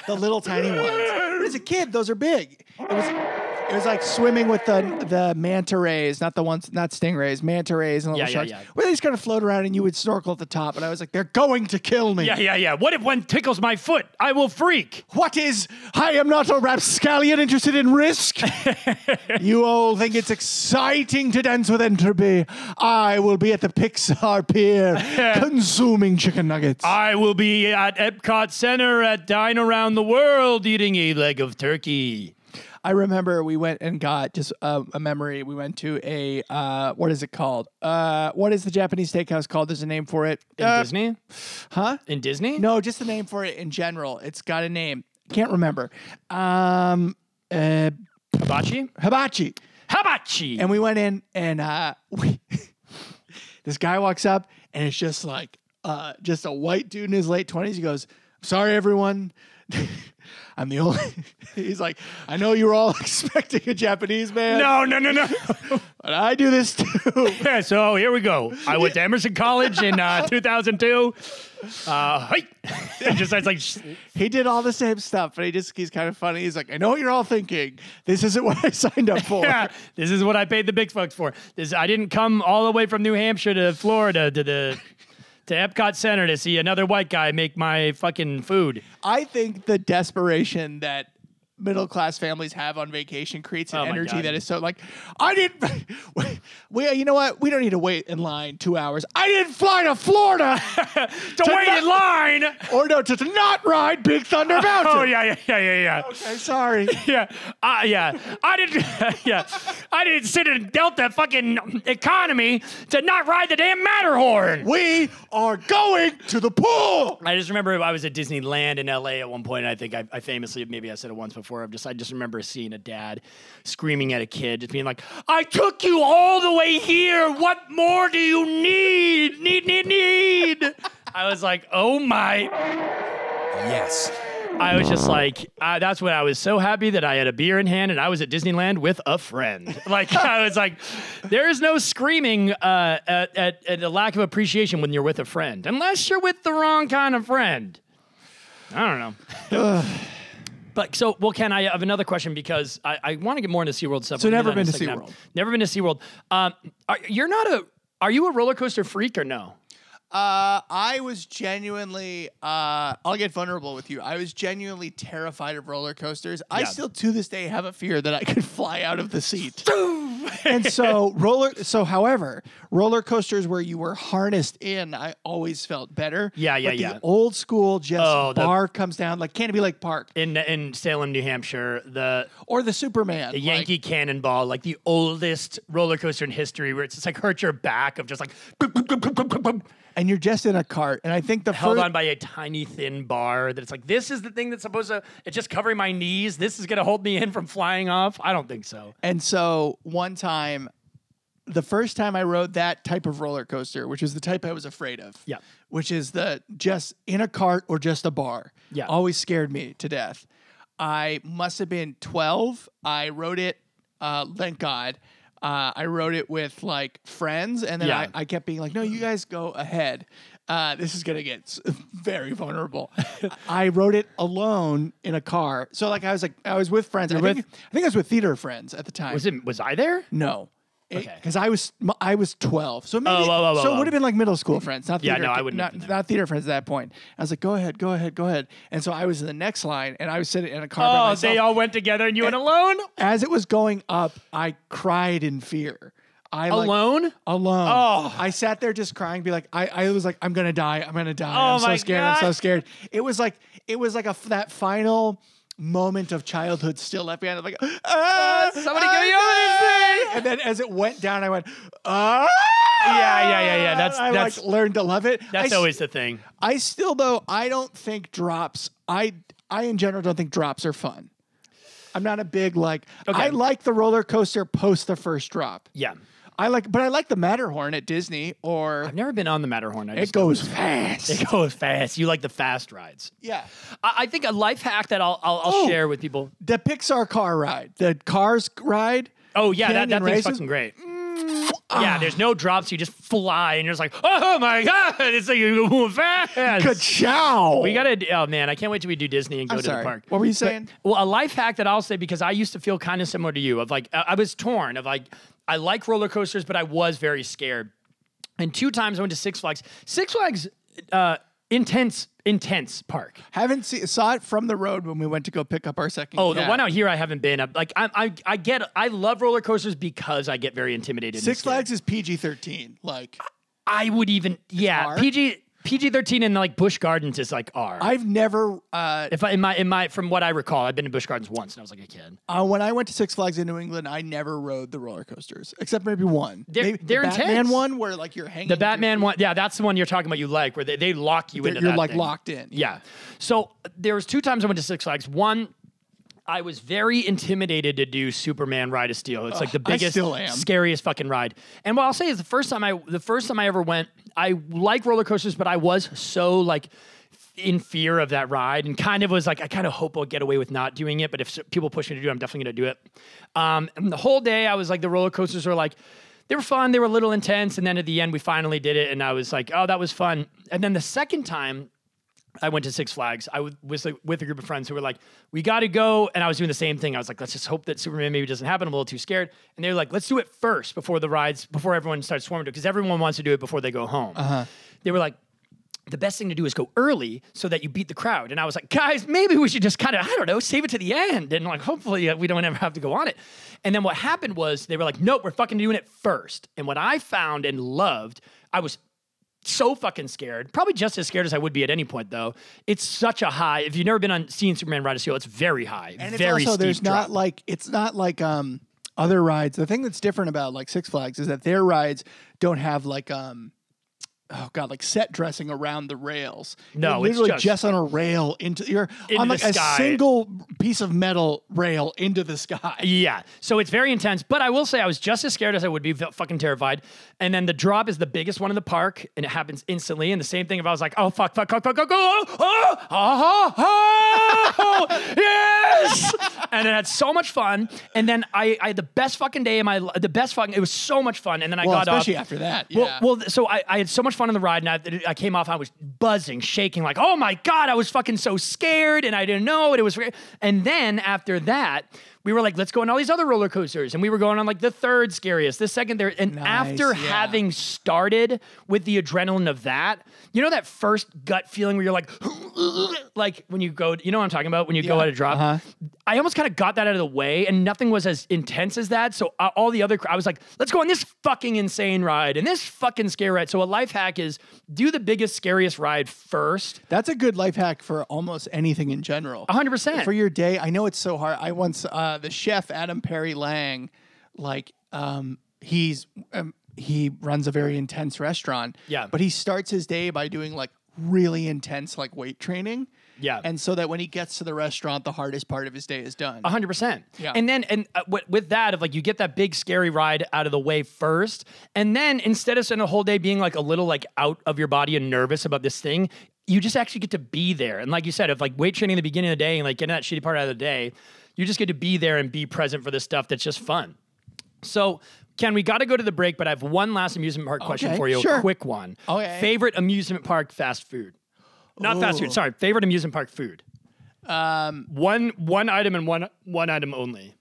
[SPEAKER 8] the little tiny ones. But as a kid, those are big. It was it was like swimming with the the manta rays, not the ones not stingrays, manta rays and little
[SPEAKER 7] Yeah, yeah,
[SPEAKER 8] sharks.
[SPEAKER 7] yeah.
[SPEAKER 8] Where they just kind of float around and you would snorkel at the top, and I was like, they're going to kill me.
[SPEAKER 7] Yeah, yeah, yeah. What if one tickles my foot? I will freak.
[SPEAKER 8] What is? I am not a rapscallion interested in risk. you all think it's exciting to dance with entropy. I will be at the Pixar Pier consuming chicken nuggets.
[SPEAKER 7] I will be at Epcot Center at Dine Around the World eating a leg of turkey.
[SPEAKER 8] I remember we went and got just uh, a memory. We went to a uh, what is it called? Uh, what is the Japanese steakhouse called? There's a name for it.
[SPEAKER 7] In
[SPEAKER 8] Uh,
[SPEAKER 7] Disney?
[SPEAKER 8] Huh?
[SPEAKER 7] In Disney?
[SPEAKER 8] No, just the name for it in general. It's got a name. Can't remember. Um, uh,
[SPEAKER 7] Hibachi?
[SPEAKER 8] hibachi.
[SPEAKER 7] Hibachi!
[SPEAKER 8] And we went in, and uh, we, this guy walks up, and it's just like, uh, just a white dude in his late twenties. He goes, "I'm sorry, everyone. I'm the only." He's like, "I know you were all expecting a Japanese man,
[SPEAKER 7] no, no, no, no.
[SPEAKER 8] but I do this too."
[SPEAKER 7] Yeah, so here we go. I went to Emerson College in uh, 2002. Uh, hey! It just it's like sh-
[SPEAKER 8] he did all the same stuff, but he just—he's kind of funny. He's like, "I know what you're all thinking. This isn't what I signed up for."
[SPEAKER 7] yeah, this is what I paid the big bucks for. This I didn't come all the way from New Hampshire to Florida to the to Epcot Center to see another white guy make my fucking food.
[SPEAKER 8] I think the desperation that middle class families have on vacation creates an
[SPEAKER 7] Oh my
[SPEAKER 8] energy
[SPEAKER 7] God.
[SPEAKER 8] that is so like I didn't we you know what we don't need to wait in line 2 hours. I didn't fly to Florida
[SPEAKER 7] To wait in line.
[SPEAKER 8] or no to, to not ride Big Thunder Mountain.
[SPEAKER 7] Oh yeah, yeah, yeah, yeah, yeah.
[SPEAKER 8] I'm sorry.
[SPEAKER 7] Yeah, uh, yeah. I didn't. Yeah, I didn't sit in Delta fucking economy to not ride the damn Matterhorn.
[SPEAKER 8] we are going to the pool.
[SPEAKER 7] I just remember I was at Disneyland in LA at one point. And I think I, I famously, maybe I said it once before. I'm just, I just remember seeing a dad screaming at a kid, just being like, "I took you all the way here. What more do you need? Need, need, need." I was like, "Oh my!"
[SPEAKER 1] Yes.
[SPEAKER 7] I was just like, I, that's when I was so happy that I had a beer in hand and I was at Disneyland with a friend. Like, I was like, there is no screaming uh, at, at, at a lack of appreciation when you're with a friend, unless you're with the wrong kind of friend. I don't know. But so, well, Ken, I have another question because I, I want to get more into SeaWorld stuff.
[SPEAKER 8] So
[SPEAKER 7] We'll do
[SPEAKER 8] never
[SPEAKER 7] that in a
[SPEAKER 8] been to
[SPEAKER 7] second half.
[SPEAKER 8] SeaWorld.
[SPEAKER 7] Never been to SeaWorld. Um, are, you're not a, are you a roller coaster freak or no?
[SPEAKER 8] Uh, I was genuinely uh, I'll get vulnerable with you. I was genuinely terrified of roller coasters. I
[SPEAKER 7] Yeah.
[SPEAKER 8] still to this day have a fear that I could fly out of the seat. and so roller so however roller coasters where you were harnessed in i always felt better
[SPEAKER 7] Yeah, yeah,
[SPEAKER 8] But the
[SPEAKER 7] yeah.
[SPEAKER 8] old school just
[SPEAKER 7] Oh, the-
[SPEAKER 8] bar comes down like canopy lake park
[SPEAKER 7] In, in Salem, New Hampshire, the
[SPEAKER 8] or the superman
[SPEAKER 7] The
[SPEAKER 8] like-
[SPEAKER 7] Yankee Cannonball, like the oldest roller coaster in history, where it's just like hurt your back of just like boop, boop, boop, boop, boop, boop, boop,
[SPEAKER 8] and you're just in a cart and i think the
[SPEAKER 7] held
[SPEAKER 8] first,
[SPEAKER 7] on by a tiny thin bar. That it's like this is the thing that's supposed to it's just covering my knees. This is gonna hold me in from flying off. I don't think so.
[SPEAKER 8] And so one time, the first time I rode that type of roller coaster, which is the type I was afraid of.
[SPEAKER 7] Yeah.
[SPEAKER 8] Which is the just in a cart or just a bar.
[SPEAKER 7] Yeah.
[SPEAKER 8] Always scared me to death. I must have been 12. I rode it, uh, thank God. Uh, I rode it with like friends, and then
[SPEAKER 7] Yeah.
[SPEAKER 8] I, I kept being like, no, you guys go ahead. Uh, this is going to get s- very vulnerable. I rode it alone in a car. So, like, I was like, I was with friends. I, think, I think I was with theater friends at the time.
[SPEAKER 7] Was it was I there?
[SPEAKER 8] No.
[SPEAKER 7] Okay.
[SPEAKER 8] Because I was m- I was twelve, so maybe,
[SPEAKER 7] Oh, whoa, whoa, whoa,
[SPEAKER 8] so it
[SPEAKER 7] whoa.
[SPEAKER 8] would have been like middle school friends, not
[SPEAKER 7] Yeah,
[SPEAKER 8] theater,
[SPEAKER 7] no, I wouldn't have
[SPEAKER 8] not,
[SPEAKER 7] been there.
[SPEAKER 8] not theater friends at that point. I was like, go ahead, go ahead, go ahead, and so I was in the next line, and I was sitting in a car. by
[SPEAKER 7] Oh,
[SPEAKER 8] myself.
[SPEAKER 7] Eh, they all went together and you went alone?
[SPEAKER 8] As it was going up, I cried in fear. I like-
[SPEAKER 7] alone.
[SPEAKER 8] alone.
[SPEAKER 7] Oh.
[SPEAKER 8] I sat there just crying, be like, I, I was like, I'm gonna die, I'm gonna die.
[SPEAKER 7] Oh
[SPEAKER 8] I'm so
[SPEAKER 7] my
[SPEAKER 8] scared, I'm
[SPEAKER 7] God.
[SPEAKER 8] so scared. It was like it was like a f- that final moment of childhood still left behind. I'm like, ah,
[SPEAKER 7] Oh, somebody
[SPEAKER 8] I'm
[SPEAKER 7] give me over this
[SPEAKER 8] dying!" And then as it went down, I went, ah.
[SPEAKER 7] Yeah, yeah, yeah, yeah. That's-
[SPEAKER 8] I
[SPEAKER 7] that's-
[SPEAKER 8] like learned to love it. I
[SPEAKER 7] That's
[SPEAKER 8] s-
[SPEAKER 7] always the thing.
[SPEAKER 8] I still though I don't think drops. I I in general don't think drops are fun. I'm not a big like.
[SPEAKER 7] Okay.
[SPEAKER 8] I like the roller coaster post the first drop.
[SPEAKER 7] Yeah.
[SPEAKER 8] I like, but I like the Matterhorn at Disney or
[SPEAKER 7] I've never been on the Matterhorn. I
[SPEAKER 8] it
[SPEAKER 7] just
[SPEAKER 8] goes fast.
[SPEAKER 7] they go fast. You like the fast rides.
[SPEAKER 8] Yeah,
[SPEAKER 7] I, I think a life hack that I'll I'll, I'll
[SPEAKER 8] Oh.
[SPEAKER 7] share with people.
[SPEAKER 8] the Pixar car ride, the Cars ride.
[SPEAKER 7] Oh yeah, that,
[SPEAKER 8] Canyon Mm-hmm.
[SPEAKER 7] that thing's
[SPEAKER 8] races?
[SPEAKER 7] fucking great. Yeah, there's no drops. You just fly, and you're just like, oh my god, it's like you're going fast.
[SPEAKER 8] Good chow.
[SPEAKER 7] We gotta. Oh man, I can't wait till we do Disney and go
[SPEAKER 8] I'm
[SPEAKER 7] to
[SPEAKER 8] sorry.
[SPEAKER 7] the park.
[SPEAKER 8] What were you saying?
[SPEAKER 7] Well, a life hack that I'll say because I used to feel kind of similar to you. Of like, I I was torn. Of like, I like roller coasters, but I was very scared. And two times I went to Six Flags. Six Flags, uh, intense, intense park.
[SPEAKER 8] Haven't seen saw it from the road when we went to go pick up our second.
[SPEAKER 7] Oh, the
[SPEAKER 8] cat.
[SPEAKER 7] one out here I haven't been. i like, I, I, I get. I love roller coasters because I get very intimidated. and
[SPEAKER 8] Six
[SPEAKER 7] scared.
[SPEAKER 8] Flags is PG-13. Like
[SPEAKER 7] I would even. Yeah,
[SPEAKER 8] R?
[SPEAKER 7] PG PG thirteen and like Bush Gardens is like R.
[SPEAKER 8] I've never uh,
[SPEAKER 7] if I in my in my from what I recall, I've been to Bush Gardens once and I was like a kid.
[SPEAKER 8] Uh, when I went to Six Flags in New England, I never rode the roller coasters except maybe one.
[SPEAKER 7] They're-
[SPEAKER 8] maybe the
[SPEAKER 7] they're
[SPEAKER 8] Batman
[SPEAKER 7] intense.
[SPEAKER 8] one where like you're hanging.
[SPEAKER 7] The Batman one, yeah, that's the one you're talking about. You like where they, they lock you
[SPEAKER 8] You're,
[SPEAKER 7] into
[SPEAKER 8] you're
[SPEAKER 7] that
[SPEAKER 8] like
[SPEAKER 7] thing.
[SPEAKER 8] locked in.
[SPEAKER 7] Yeah. So there was two times I went to Six Flags. One, I was very intimidated to do Superman Ride of Steel. It's like the
[SPEAKER 8] Ugh, I
[SPEAKER 7] biggest,
[SPEAKER 8] still am.
[SPEAKER 7] scariest fucking ride. And what I'll say is the first time I the first time I ever went, I like roller coasters, but I was so like in fear of that ride and kind of was like, I kind of hope I'll get away with not doing it. But if s- people push me to do it, I'm definitely gonna do it. Um, and the whole day I was like, the roller coasters were like. They were fun. They were a little intense, and then at the end, we finally did it, and I was like, "Oh, that was fun." And then the second time, I went to Six Flags. I w- was like, with a group of friends who were like, "We got to go," and I was doing the same thing. I was like, "Let's just hope that Superman maybe doesn't happen." I'm a little too scared, and they were like, "Let's do it first before the rides, before everyone starts swarming to, because everyone wants to do it before they go home." They were like. The best thing to do is go early so that you beat the crowd. And I was like, guys, maybe we should just kind of, I don't know, save it to the end. And like, hopefully uh, we don't ever have to go on it. And then what happened was they were like, nope, we're fucking doing it first. And what I found and loved, I was so fucking scared. Probably just as scared as I would be at any point, though. It's such a high. If you've never been on seeing Superman Ride of Steel, it's very high,
[SPEAKER 8] and it's
[SPEAKER 7] very
[SPEAKER 8] also
[SPEAKER 7] steep.
[SPEAKER 8] there's
[SPEAKER 7] drop.
[SPEAKER 8] not like it's not like um other rides. The thing that's different about like Six Flags is that their rides don't have like um. Oh god! Like set dressing around the rails.
[SPEAKER 7] No,
[SPEAKER 8] You're
[SPEAKER 7] it's
[SPEAKER 8] literally
[SPEAKER 7] just-
[SPEAKER 8] on a rail into you're
[SPEAKER 7] Into
[SPEAKER 8] on
[SPEAKER 7] the
[SPEAKER 8] like a
[SPEAKER 7] sky.
[SPEAKER 8] single piece of metal rail into the sky.
[SPEAKER 7] yeah, so it's very intense. But I will say, I was just as scared as I would be, felt fucking terrified. And then the drop is the biggest one in the park, and it happens instantly. And the same thing if I was like, oh fuck, fuck, fuck, fuck, fuck, oh, oh, oh, oh, oh, yes, and I had so much fun. And then I, I had the best fucking day in my, li- the best fucking. It was so much fun. And then I
[SPEAKER 8] Well,
[SPEAKER 7] got off.
[SPEAKER 8] especially after that. yeah.
[SPEAKER 7] Well, well, th- so I, I had so much fun on the ride, and I, I came off. I was buzzing, shaking, like, oh my god, I was fucking so scared, and I didn't know, and it was. re- And then after that, we were like, let's go on all these other roller coasters, and we were going on like the third scariest, the second there, and after
[SPEAKER 8] yeah.
[SPEAKER 7] having started with the adrenaline of that, you know that first gut feeling where you're like, like when you go, you know what I'm talking about when you go
[SPEAKER 8] Yeah. Uh-huh.
[SPEAKER 7] at a drop. I almost kind of got that out of the way, and nothing was as intense as that. So uh, all the other, cr- I was like, let's go on this fucking insane ride and this fucking scare ride. So a life hack is do the biggest, scariest ride first.
[SPEAKER 8] That's a good life hack for almost anything in general.
[SPEAKER 7] 100%.
[SPEAKER 8] For your day, I know it's so hard. I once uh, the chef Adam Perry Lang, like um, he's um, he runs a very intense restaurant.
[SPEAKER 7] Yeah.
[SPEAKER 8] But he starts his day by doing like really intense like weight training.
[SPEAKER 7] Yeah.
[SPEAKER 8] And so that when he gets to the restaurant, the hardest part of his day is done.
[SPEAKER 7] A hundred percent.
[SPEAKER 8] Yeah.
[SPEAKER 7] And then, and uh, with, with that, of like you get that big scary ride out of the way first, and then instead of spending a whole day being like a little like out of your body and nervous about this thing, you just actually get to be there. And like you said, of like weight training at the beginning of the day and like getting that shitty part out of the day, you just get to be there and be present for the stuff that's just fun. So. Ken, we got to go to the break, but I have one last amusement park question
[SPEAKER 8] Okay,
[SPEAKER 7] for you.
[SPEAKER 8] sure.
[SPEAKER 7] A quick one.
[SPEAKER 8] Oh, yeah, yeah.
[SPEAKER 7] Favorite amusement park fast food? Not fast food. Sorry, favorite amusement park food. Um, one one item and one one item only.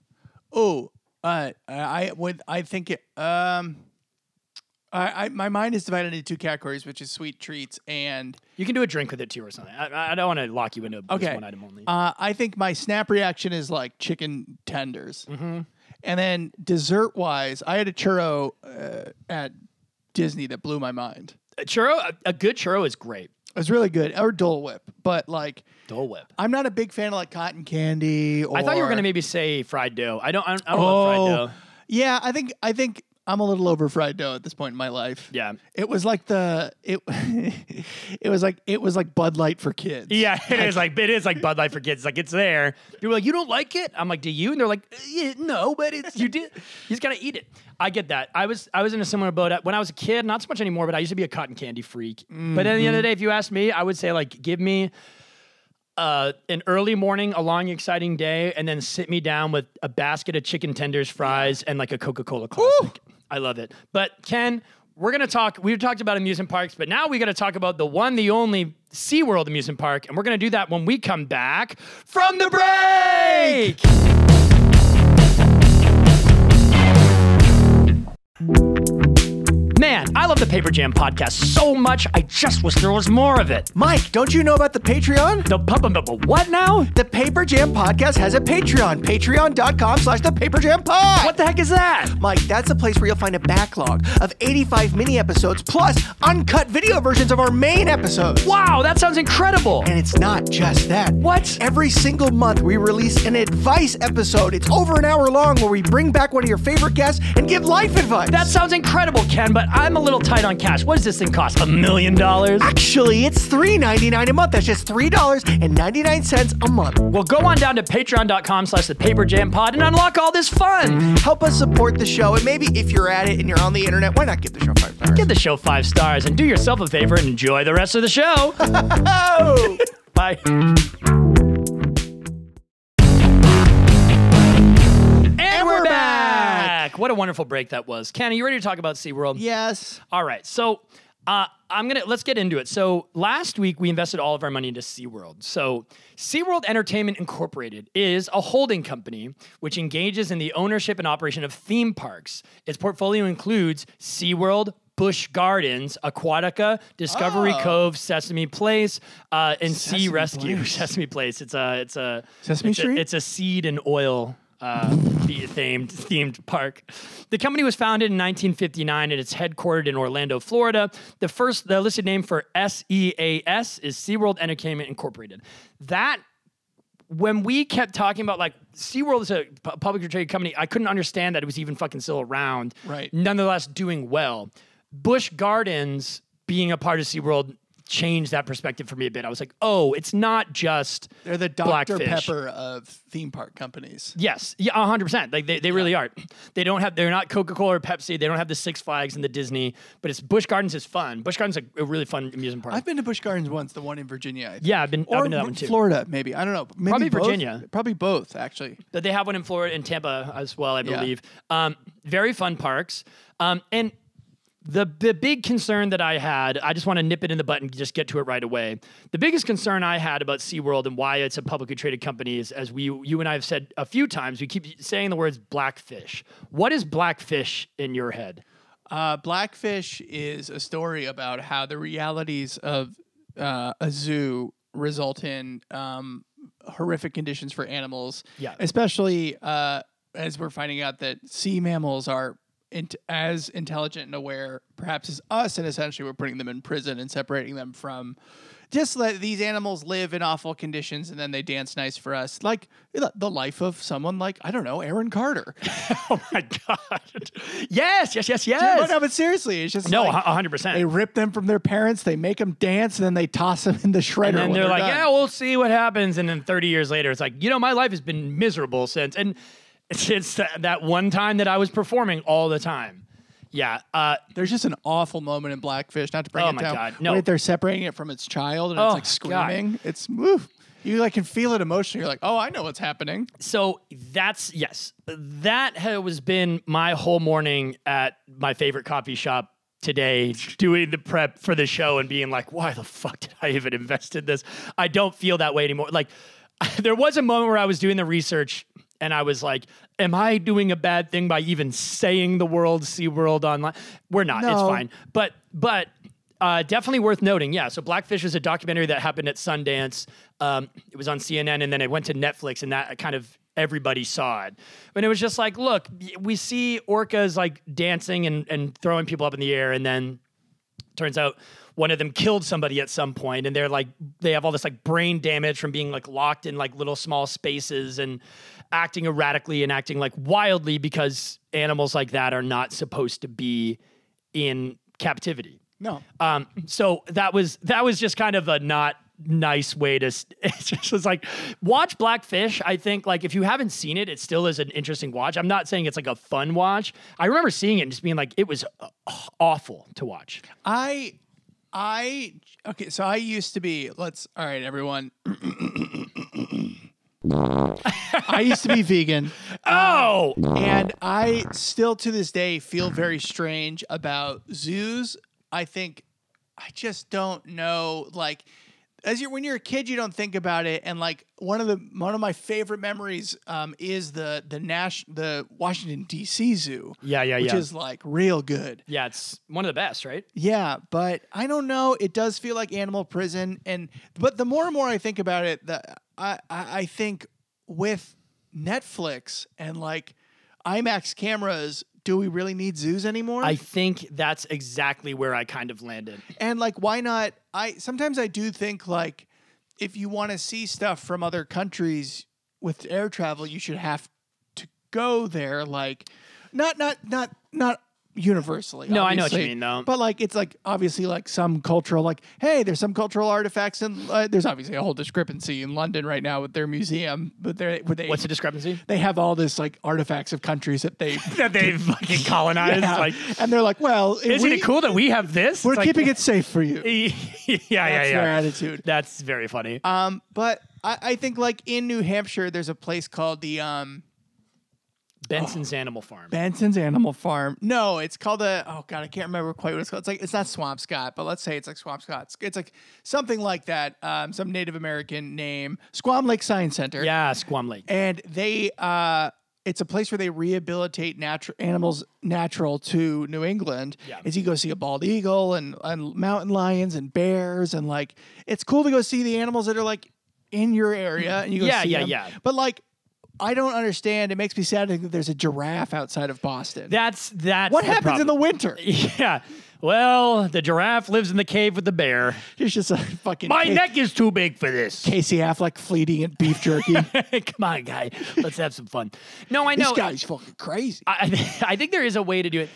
[SPEAKER 8] Oh, uh, I would. I think it. Um, I, I my mind is divided into two categories, which is sweet treats and
[SPEAKER 7] You can do a drink with it too, or something. I, I don't want to lock you into just one item only. Mm-hmm.
[SPEAKER 8] Uh, I think my snap reaction is like chicken tenders. And then dessert wise, I had a churro uh, at Disney that blew my mind.
[SPEAKER 7] A churro, a, a good churro is great.
[SPEAKER 8] It was really good, or Dole Whip, but like
[SPEAKER 7] Dole Whip.
[SPEAKER 8] I'm not a big fan of like cotton candy. Or,
[SPEAKER 7] I thought you were gonna maybe say fried dough. I don't. I don't, I don't
[SPEAKER 8] Oh,
[SPEAKER 7] love fried dough.
[SPEAKER 8] yeah. I think I think I'm a little over fried dough at this point in my life.
[SPEAKER 7] Yeah.
[SPEAKER 8] It was like the it. it was like it was like Bud Light for kids.
[SPEAKER 7] Yeah, it is like it is like Bud Light for kids. It's like it's there. People are like, you don't like it? I'm like, do you? And they're like, yeah, no, but it's you did. You just gotta eat it. I get that. I was I was in a similar boat when I was a kid. Not so much anymore, but I used to be a cotton candy freak. But at the end of the day, if you asked me, I would say like, give me uh, an early morning, a long, exciting day, and then sit me down with a basket of chicken tenders, fries, and like a Coca Cola classic. I love it. But Ken, we're gonna talk. We've talked about amusement parks, but now we gotta talk about the one, the only SeaWorld amusement park, and we're gonna do that when we come back from the break. Man, I love the Paper Jam podcast so much. I just wish there was more of it.
[SPEAKER 2] Mike, don't you know about the Patreon?
[SPEAKER 7] The pub, pub- pub- what now?
[SPEAKER 2] The Paper Jam Podcast has a Patreon, patreon.com slash the Paper Jam Pod.
[SPEAKER 7] What the heck is that?
[SPEAKER 2] Mike, that's a place where you'll find a backlog of 85 mini episodes plus uncut video versions of our main episodes.
[SPEAKER 7] Wow, that sounds incredible.
[SPEAKER 2] And it's not just that.
[SPEAKER 7] What?
[SPEAKER 2] Every single month, we release an advice episode. It's over an hour long where we bring back one of your favorite guests and give life advice.
[SPEAKER 7] That sounds incredible, Ken, but I'm a little tight on cash. What does this thing cost? A million dollars?
[SPEAKER 2] Actually, it's $3.99 a month. That's just $3.99 a month.
[SPEAKER 7] Well, go on down to patreon.com slash the paper jam pod and unlock all this fun.
[SPEAKER 2] Help us support the show, and maybe if you're at it and you're on the internet, why not give the show five stars?
[SPEAKER 7] Give the show five stars and do yourself a favor and enjoy the rest of the show. Bye. And we're back. What a wonderful break that was. Ken, are you ready to talk about SeaWorld?
[SPEAKER 8] Yes.
[SPEAKER 7] All right. So uh, I'm gonna let's get into it. So last week we invested all of our money into SeaWorld. So SeaWorld Entertainment Incorporated is a holding company which engages in the ownership and operation of theme parks. Its portfolio includes SeaWorld. Bush Gardens, Aquatica, Discovery Cove, Sesame Place, uh, and Sea Rescue. Sesame Place. It's a it's a
[SPEAKER 8] Sesame
[SPEAKER 7] it's a-
[SPEAKER 8] Street?
[SPEAKER 7] it's a seed and oil uh, the- themed themed park. The company was founded in 1959 and it's headquartered in Orlando, Florida. The first the listed name for SEAS is SeaWorld Entertainment Incorporated. That when we kept talking about like SeaWorld is a pu- publicly traded company, I couldn't understand that it was even fucking still around.
[SPEAKER 8] Right.
[SPEAKER 7] Nonetheless, doing well. Bush Gardens being a part of SeaWorld changed that perspective for me a bit. I was like, oh, it's not just
[SPEAKER 8] They're the Dr.
[SPEAKER 7] Blackfish.
[SPEAKER 8] Pepper of theme park companies.
[SPEAKER 7] Yes, yeah, a hundred percent. Like they, they really are. They don't have. They're not Coca Cola or Pepsi. They don't have the Six Flags and the Disney. But it's Bush Gardens is fun. Bush Gardens is a, a really fun amusement park.
[SPEAKER 8] I've been to Bush Gardens once, the one in Virginia. I think.
[SPEAKER 7] Yeah, I've been- I've
[SPEAKER 8] Or
[SPEAKER 7] been to that
[SPEAKER 8] in
[SPEAKER 7] one too.
[SPEAKER 8] Florida, maybe. I don't know. Maybe
[SPEAKER 7] Probably
[SPEAKER 8] both.
[SPEAKER 7] Virginia.
[SPEAKER 8] Probably both, actually.
[SPEAKER 7] But they have one in Florida and Tampa as well, I
[SPEAKER 8] Yeah.
[SPEAKER 7] believe. Um, very fun parks. Um, and the the big concern that I had, I just want to nip it in the butt and just get to it right away. The biggest concern I had about SeaWorld and why it's a publicly traded company is, as we you and I have said a few times, we keep saying the words blackfish. What is blackfish in your head?
[SPEAKER 8] Uh, Blackfish is a story about how the realities of uh, a zoo result in um, horrific conditions for animals.
[SPEAKER 7] Yeah.
[SPEAKER 8] Especially uh, as we're finding out that sea mammals are int- as intelligent and aware, perhaps, as us, and essentially we're putting them in prison and separating them from. Just let these animals live in awful conditions, and then they dance nice for us, like the the life of someone like I don't know, Aaron Carter.
[SPEAKER 7] Oh my god! yes, yes, yes,
[SPEAKER 8] But
[SPEAKER 7] yes.
[SPEAKER 8] no, but seriously, it's just
[SPEAKER 7] No,
[SPEAKER 8] like-
[SPEAKER 7] a hundred
[SPEAKER 8] They
[SPEAKER 7] percent.
[SPEAKER 8] rip them from their parents. They make them dance, and then they toss them in the shredder.
[SPEAKER 7] And then
[SPEAKER 8] when
[SPEAKER 7] they're like,
[SPEAKER 8] done.
[SPEAKER 7] "Yeah, we'll see what happens." And then thirty years later, it's like, you know, my life has been miserable since, and since that, that one time that I was performing all the time. Yeah. Uh,
[SPEAKER 8] There's just an awful moment in Blackfish. Not to bring
[SPEAKER 7] Oh
[SPEAKER 8] it
[SPEAKER 7] my
[SPEAKER 8] down.
[SPEAKER 7] God, no.
[SPEAKER 8] When they're separating it from its child, and
[SPEAKER 7] Oh
[SPEAKER 8] it's
[SPEAKER 7] my
[SPEAKER 8] like screaming. It's woof. You like can feel it emotionally. You're like, oh, I know what's happening.
[SPEAKER 7] so that's yes, that ha- was been my whole morning at my favorite coffee shop today, doing the prep for the show and being like, "Why the fuck did I even invest in this?" I don't feel that way anymore. Like, there was a moment where I was doing the research and I was like, "Am I doing a bad thing by even saying the world SeaWorld online?" We're not. It's
[SPEAKER 8] No.
[SPEAKER 7] fine. But but uh, definitely worth noting. Yeah. So Blackfish is a documentary that happened at Sundance. Um, it was on CNN and then it went to Netflix and that kind of everybody saw it. And it was just like, look, y- we see orcas like dancing and, and throwing people up in the air, and then turns out one of them killed somebody at some point and they're like they have all this like brain damage from being like locked in like little small spaces and acting erratically and acting like wildly because animals like that are not supposed to be in captivity
[SPEAKER 8] No.
[SPEAKER 7] um, so that was that was just kind of a not nice way to. s- It's just was like watch Blackfish. I think like if you haven't seen it, it still is an interesting watch. I'm not saying it's like a fun watch. I remember seeing it and just being like, it was uh, awful to watch. Um,
[SPEAKER 8] I, I, okay, so I used to be, let's, all right, everyone. I used to be vegan.
[SPEAKER 7] Oh,
[SPEAKER 8] And I still to this day feel very strange about zoos. I think I just don't know like as you're when you're a kid you don't think about it and like one of the one of my favorite memories um, is the the Nash the Washington DC zoo.
[SPEAKER 7] Yeah, yeah,
[SPEAKER 8] which
[SPEAKER 7] yeah.
[SPEAKER 8] is like real good.
[SPEAKER 7] yeah, it's one of the best, right?
[SPEAKER 8] Yeah, but I don't know. It does feel like animal prison, and but the more and more I think about it, the I I, I think with Netflix and like IMAX cameras, do we really need zoos anymore?
[SPEAKER 7] I think that's exactly where I kind of landed.
[SPEAKER 8] and like why not? I sometimes I do think like if you want to see stuff from other countries with air travel, you should have to go there. Like not not not not universally.
[SPEAKER 7] No, I know what you
[SPEAKER 8] obviously,
[SPEAKER 7] mean, though.
[SPEAKER 8] But like, it's like obviously like some cultural, like, hey, there's some cultural artifacts, and uh, there's obviously a whole discrepancy in London right now with their museum, but they where they
[SPEAKER 7] What's the discrepancy?
[SPEAKER 8] they have all this like artifacts of countries that they
[SPEAKER 7] That they fucking colonized.
[SPEAKER 8] have, and they're like, well, if
[SPEAKER 7] isn't
[SPEAKER 8] we,
[SPEAKER 7] it cool that we have this?
[SPEAKER 8] We're
[SPEAKER 7] It's like-
[SPEAKER 8] keeping it safe for you.
[SPEAKER 7] yeah, yeah, yeah.
[SPEAKER 8] That's their attitude.
[SPEAKER 7] That's very funny.
[SPEAKER 8] Um, but I, I think like in New Hampshire, there's a place called the um
[SPEAKER 7] Benson's Animal Farm.
[SPEAKER 8] Benson's Animal Farm. No, it's called the oh god, I can't remember quite what it's called. It's like it's not Swampscott, but let's say it's like Swampscott. It's, it's like something like that. Um, some Native American name, Squam Lake Science Center.
[SPEAKER 7] yeah, Squam Lake.
[SPEAKER 8] and they uh it's a place where they rehabilitate natural animals natural to New England.
[SPEAKER 7] Yeah.
[SPEAKER 8] Is you go see a bald eagle and, and mountain lions and bears and like it's cool to go see the animals that are like in your area and you go
[SPEAKER 7] Yeah,
[SPEAKER 8] see
[SPEAKER 7] yeah,
[SPEAKER 8] them.
[SPEAKER 7] yeah.
[SPEAKER 8] But like I don't understand. It makes me sad to think that there's a giraffe outside of Boston.
[SPEAKER 7] That's that's
[SPEAKER 8] what happens in the winter?
[SPEAKER 7] the yeah. Well, the giraffe lives in the cave with the bear.
[SPEAKER 8] It's just a fucking
[SPEAKER 7] My
[SPEAKER 8] Ca-
[SPEAKER 7] neck is too big for this.
[SPEAKER 8] Casey Affleck fleeting and beef jerky. this
[SPEAKER 7] Come on, guy. Let's have some fun. No, I know.
[SPEAKER 8] guy's fucking crazy.
[SPEAKER 7] I, I think- I think there is a way to do it.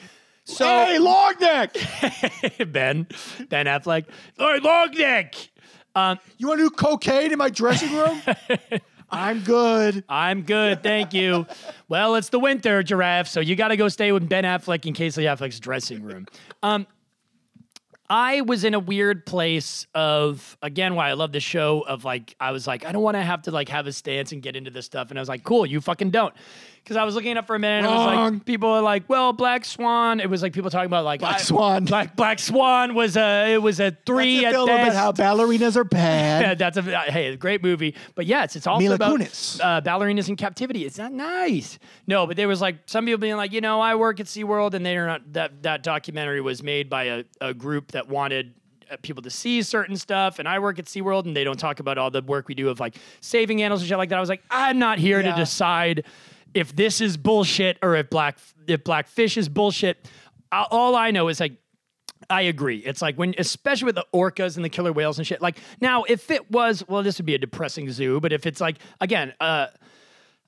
[SPEAKER 7] So
[SPEAKER 8] hey, long neck.
[SPEAKER 7] Ben, Ben Affleck, or long neck. Um,
[SPEAKER 8] You want to do cocaine in my dressing room? I'm good.
[SPEAKER 7] I'm good, thank you. well, it's the winter, giraffe, so you got to go stay with Ben Affleck in Casey Affleck's dressing room. Um, I was in a weird place of again why I love this show of like I was like I don't want to have to like have a stance and get into this stuff and I was like cool you fucking don't because I was looking it up for a minute and it was
[SPEAKER 8] Wrong.
[SPEAKER 7] like people are like well Black Swan it was like people talking about like
[SPEAKER 8] Black
[SPEAKER 7] I-
[SPEAKER 8] Swan.
[SPEAKER 7] Black Black Swan was a it was a three
[SPEAKER 8] That's a
[SPEAKER 7] at
[SPEAKER 8] film about
[SPEAKER 7] best.
[SPEAKER 8] how ballerinas are
[SPEAKER 7] Yeah,
[SPEAKER 8] bad.
[SPEAKER 7] that's a uh, hey, a great movie. But yes, it's also
[SPEAKER 8] Mila
[SPEAKER 7] about
[SPEAKER 8] Kunis.
[SPEAKER 7] uh, ballerinas in captivity. It's not nice. No, but there was like some people being like, you know, I work at SeaWorld, and they're not that that documentary was made by a, a group that wanted uh, people to see certain stuff, and I work at SeaWorld, and they don't talk about all the work we do of like saving animals and shit like that. I was like, I'm not here
[SPEAKER 8] Yeah.
[SPEAKER 7] to decide if this is bullshit or if black if blackfish is bullshit. I- All I know is like I agree. It's like when, especially with the orcas and the killer whales and shit. Like now, if it was, well, this would be a depressing zoo. But if it's like again, uh,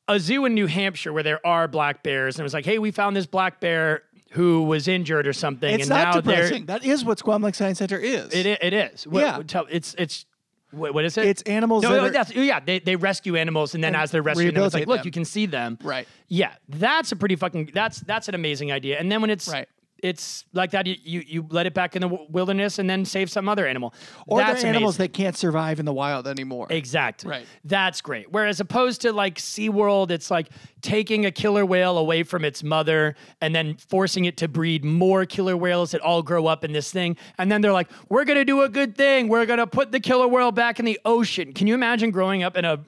[SPEAKER 7] a zoo in New Hampshire where there are black bears, and it was like, hey, we found this black bear who was injured or something,
[SPEAKER 8] It's
[SPEAKER 7] and
[SPEAKER 8] not
[SPEAKER 7] now
[SPEAKER 8] depressing. That is what Squam Lake Science Center is.
[SPEAKER 7] they're it, i- it is. What,
[SPEAKER 8] Yeah.
[SPEAKER 7] tell- it's it's. What, what is it?
[SPEAKER 8] It's animals
[SPEAKER 7] No,
[SPEAKER 8] that
[SPEAKER 7] no,
[SPEAKER 8] are-
[SPEAKER 7] that's- yeah, they, they rescue animals, and then
[SPEAKER 8] And
[SPEAKER 7] as they're rescuing them, it's like,
[SPEAKER 8] rehabilitate
[SPEAKER 7] look,
[SPEAKER 8] them.
[SPEAKER 7] you can see them.
[SPEAKER 8] Right.
[SPEAKER 7] Yeah, that's a pretty fucking. That's that's an amazing idea. And then when it's
[SPEAKER 8] Right.
[SPEAKER 7] it's like that, you, you you let it back in the w- wilderness and then save some other animal.
[SPEAKER 8] Or
[SPEAKER 7] that's
[SPEAKER 8] they're animals
[SPEAKER 7] amazing.
[SPEAKER 8] that can't survive in the wild anymore.
[SPEAKER 7] Exactly.
[SPEAKER 8] Right.
[SPEAKER 7] That's great. Whereas opposed to like SeaWorld, it's like taking a killer whale away from its mother and then forcing it to breed more killer whales that all grow up in this thing. And then they're like, we're going to do a good thing. We're going to put the killer whale back in the ocean. Can you imagine growing up in a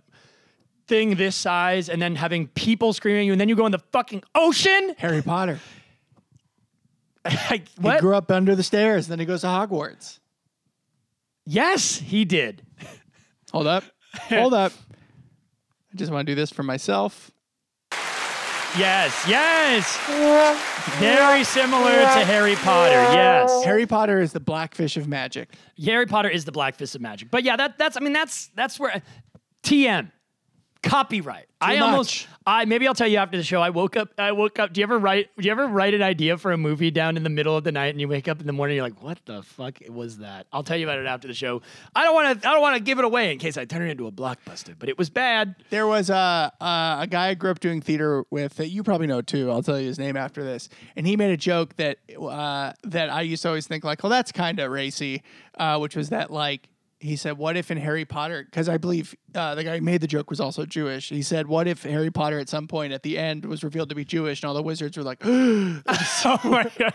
[SPEAKER 7] thing this size and then having people screaming at you and then you go in the fucking ocean?
[SPEAKER 8] Harry Potter.
[SPEAKER 7] like,
[SPEAKER 8] He
[SPEAKER 7] what?
[SPEAKER 8] grew up under the stairs, then he goes to Hogwarts.
[SPEAKER 7] yes, he did.
[SPEAKER 8] Hold up. Hold up. I just want to do this for myself.
[SPEAKER 7] Yes, yes. Very similar to Harry Potter. Yes.
[SPEAKER 8] Harry Potter is the blackfish of magic.
[SPEAKER 7] Harry Potter is the black fist of magic. But yeah, that that's I mean that's that's where TM copyright. I almost
[SPEAKER 8] much.
[SPEAKER 7] I maybe I'll tell you after the show. I woke up I woke up. Do you ever write do you ever write an idea for a movie down in the middle of the night and you wake up in the morning you're like, "What the fuck was that?" I'll tell you about it after the show. I don't want to I don't want to give it away in case I turn it into a blockbuster, but it was bad.
[SPEAKER 8] There was a, a a guy I grew up doing theater with that you probably know too. I'll tell you his name after this, and he made a joke that uh, that I used to always think like, well, that's kind of racy, uh, which was that like he said, what if in Harry Potter? Because I believe uh, the guy who made the joke was also Jewish. He said, what if Harry Potter at some point at the end was revealed to be Jewish, and all the wizards were like, oh my god,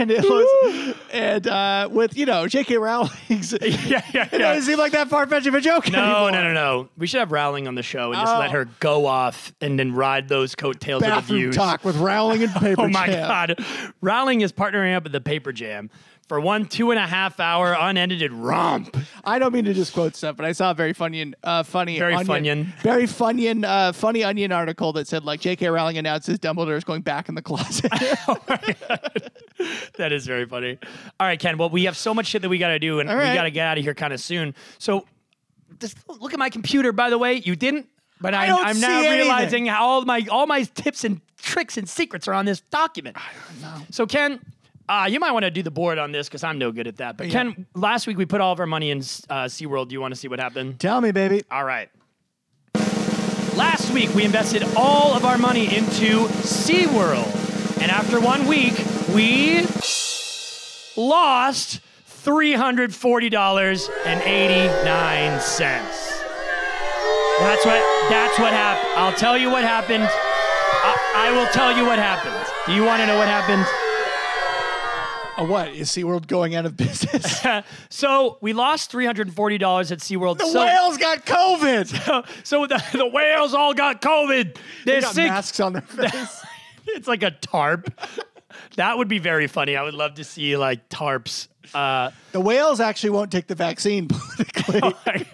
[SPEAKER 8] and it was, and uh, with you know J.K. Rowling's,
[SPEAKER 7] Yeah, yeah,
[SPEAKER 8] it doesn't seem like that far fetched of a joke.
[SPEAKER 7] No,
[SPEAKER 8] anymore.
[SPEAKER 7] no, no, no. We should have Rowling on the show and just
[SPEAKER 8] Oh.
[SPEAKER 7] let her go off and then ride those coattails of the
[SPEAKER 8] Bathroom
[SPEAKER 7] views.
[SPEAKER 8] talk with Rowling and paper.
[SPEAKER 7] Oh my
[SPEAKER 8] Jam.
[SPEAKER 7] God. Rowling is partnering up with the Paper Jam for one two and a half hour unedited romp.
[SPEAKER 8] I don't mean to just quote stuff, but I saw a very funny, uh, funny,
[SPEAKER 7] Very
[SPEAKER 8] onion,
[SPEAKER 7] Funyun.
[SPEAKER 8] very funny, uh, funny onion article that said like J.K. Rowling announces Dumbledore is going back in the closet.
[SPEAKER 7] That is very funny. All right, Ken. Well, we have so much shit that we got to do, and
[SPEAKER 8] All right.
[SPEAKER 7] we got to get out of here kind of soon. So just look at my computer, by the way. You didn't. But I
[SPEAKER 8] don't
[SPEAKER 7] am now
[SPEAKER 8] see anything.
[SPEAKER 7] realizing how all my all my tips and tricks and secrets are on this document. I don't know. So Ken, uh, you might want to do the board on this because I'm no good at that. But Ken, last week we put all of our money in uh, SeaWorld. Do you want to see what happened?
[SPEAKER 8] Tell me, baby.
[SPEAKER 7] All right. Last week, we invested all of our money into SeaWorld. And after one week, we lost $340.89. That's what that's what happened. I'll tell you what happened. I, I will tell you what happened. Do you want to know what happened?
[SPEAKER 8] Uh, what is SeaWorld going out of business?
[SPEAKER 7] So we lost $340 at SeaWorld.
[SPEAKER 8] the
[SPEAKER 7] so,
[SPEAKER 8] whales got COVID.
[SPEAKER 7] so the, the whales all got COVID. They're
[SPEAKER 8] They got
[SPEAKER 7] sick.
[SPEAKER 8] masks on their face.
[SPEAKER 7] it's like a tarp. that would be very funny. I would love to see like tarps. Uh,
[SPEAKER 8] the whales actually won't take the vaccine politically.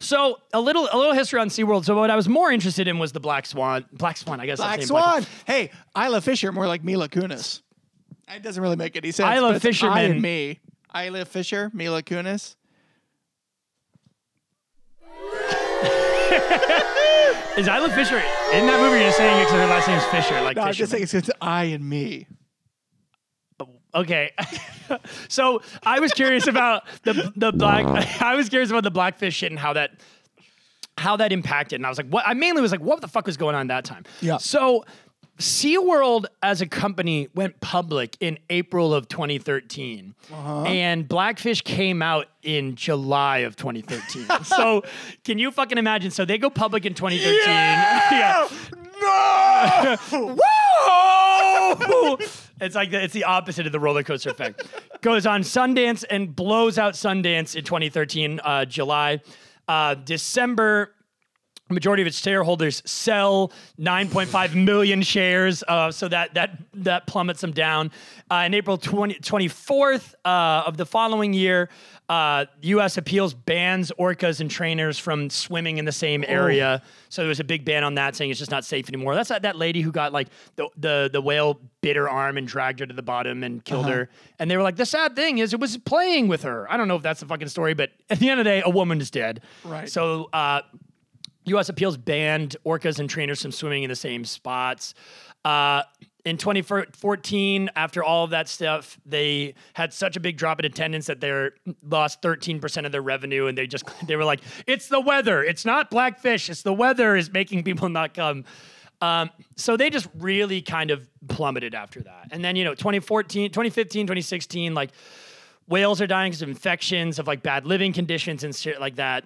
[SPEAKER 7] so a little a little history on SeaWorld. So what I was more interested in was the Black Swan. Black Swan, I guess. I'll
[SPEAKER 8] Black
[SPEAKER 7] say
[SPEAKER 8] Swan. Hey, Isla Fisher, more like Mila Kunis. It doesn't really make any sense.
[SPEAKER 7] Isla
[SPEAKER 8] but it's I
[SPEAKER 7] Fisherman.
[SPEAKER 8] and me. Isla Fisher, Mila Kunis.
[SPEAKER 7] Is Isla Fisher in that movie? You're just saying except her last name is Fisher, like
[SPEAKER 8] No, I'm just
[SPEAKER 7] Fisherman.
[SPEAKER 8] saying it's, it's I and me.
[SPEAKER 7] Okay. so I was curious about the the black I was curious about the blackfish shit and how that how that impacted. And I was like, what I mainly was like, what the fuck was going on that time?
[SPEAKER 8] Yeah.
[SPEAKER 7] So SeaWorld as a company went public in April of 2013. And Blackfish came out in July of 2013. so can you fucking imagine? So they go public in 2013. yeah. Whoa! it's like the, it's the opposite of the roller coaster effect. Goes on Sundance and blows out Sundance in 2013, uh, July, uh, December. Majority of its shareholders sell 9.5 million shares, uh, so that that that plummets them down. Uh, in April 20, 24th uh, of the following year, uh, U.S. appeals bans orcas and trainers from swimming in the same area. So there was a big ban on that, saying it's just not safe anymore. That's that, that lady who got like the, the the whale bit her arm and dragged her to the bottom and killed her. And they were like, the sad thing is, it was playing with her. I don't know if that's the fucking story, but at the end of the day, a woman is dead.
[SPEAKER 8] Right.
[SPEAKER 7] So. Uh, U.S. appeals banned orcas and trainers from swimming in the same spots. Uh, in 2014, after all of that stuff, they had such a big drop in attendance that they lost 13% of their revenue, and they just they were like, "It's the weather. It's not blackfish. It's the weather is making people not come." Um, so they just really kind of plummeted after that. And then you know, 2014, 2015, 2016, like whales are dying because of infections, of like bad living conditions and shit like that.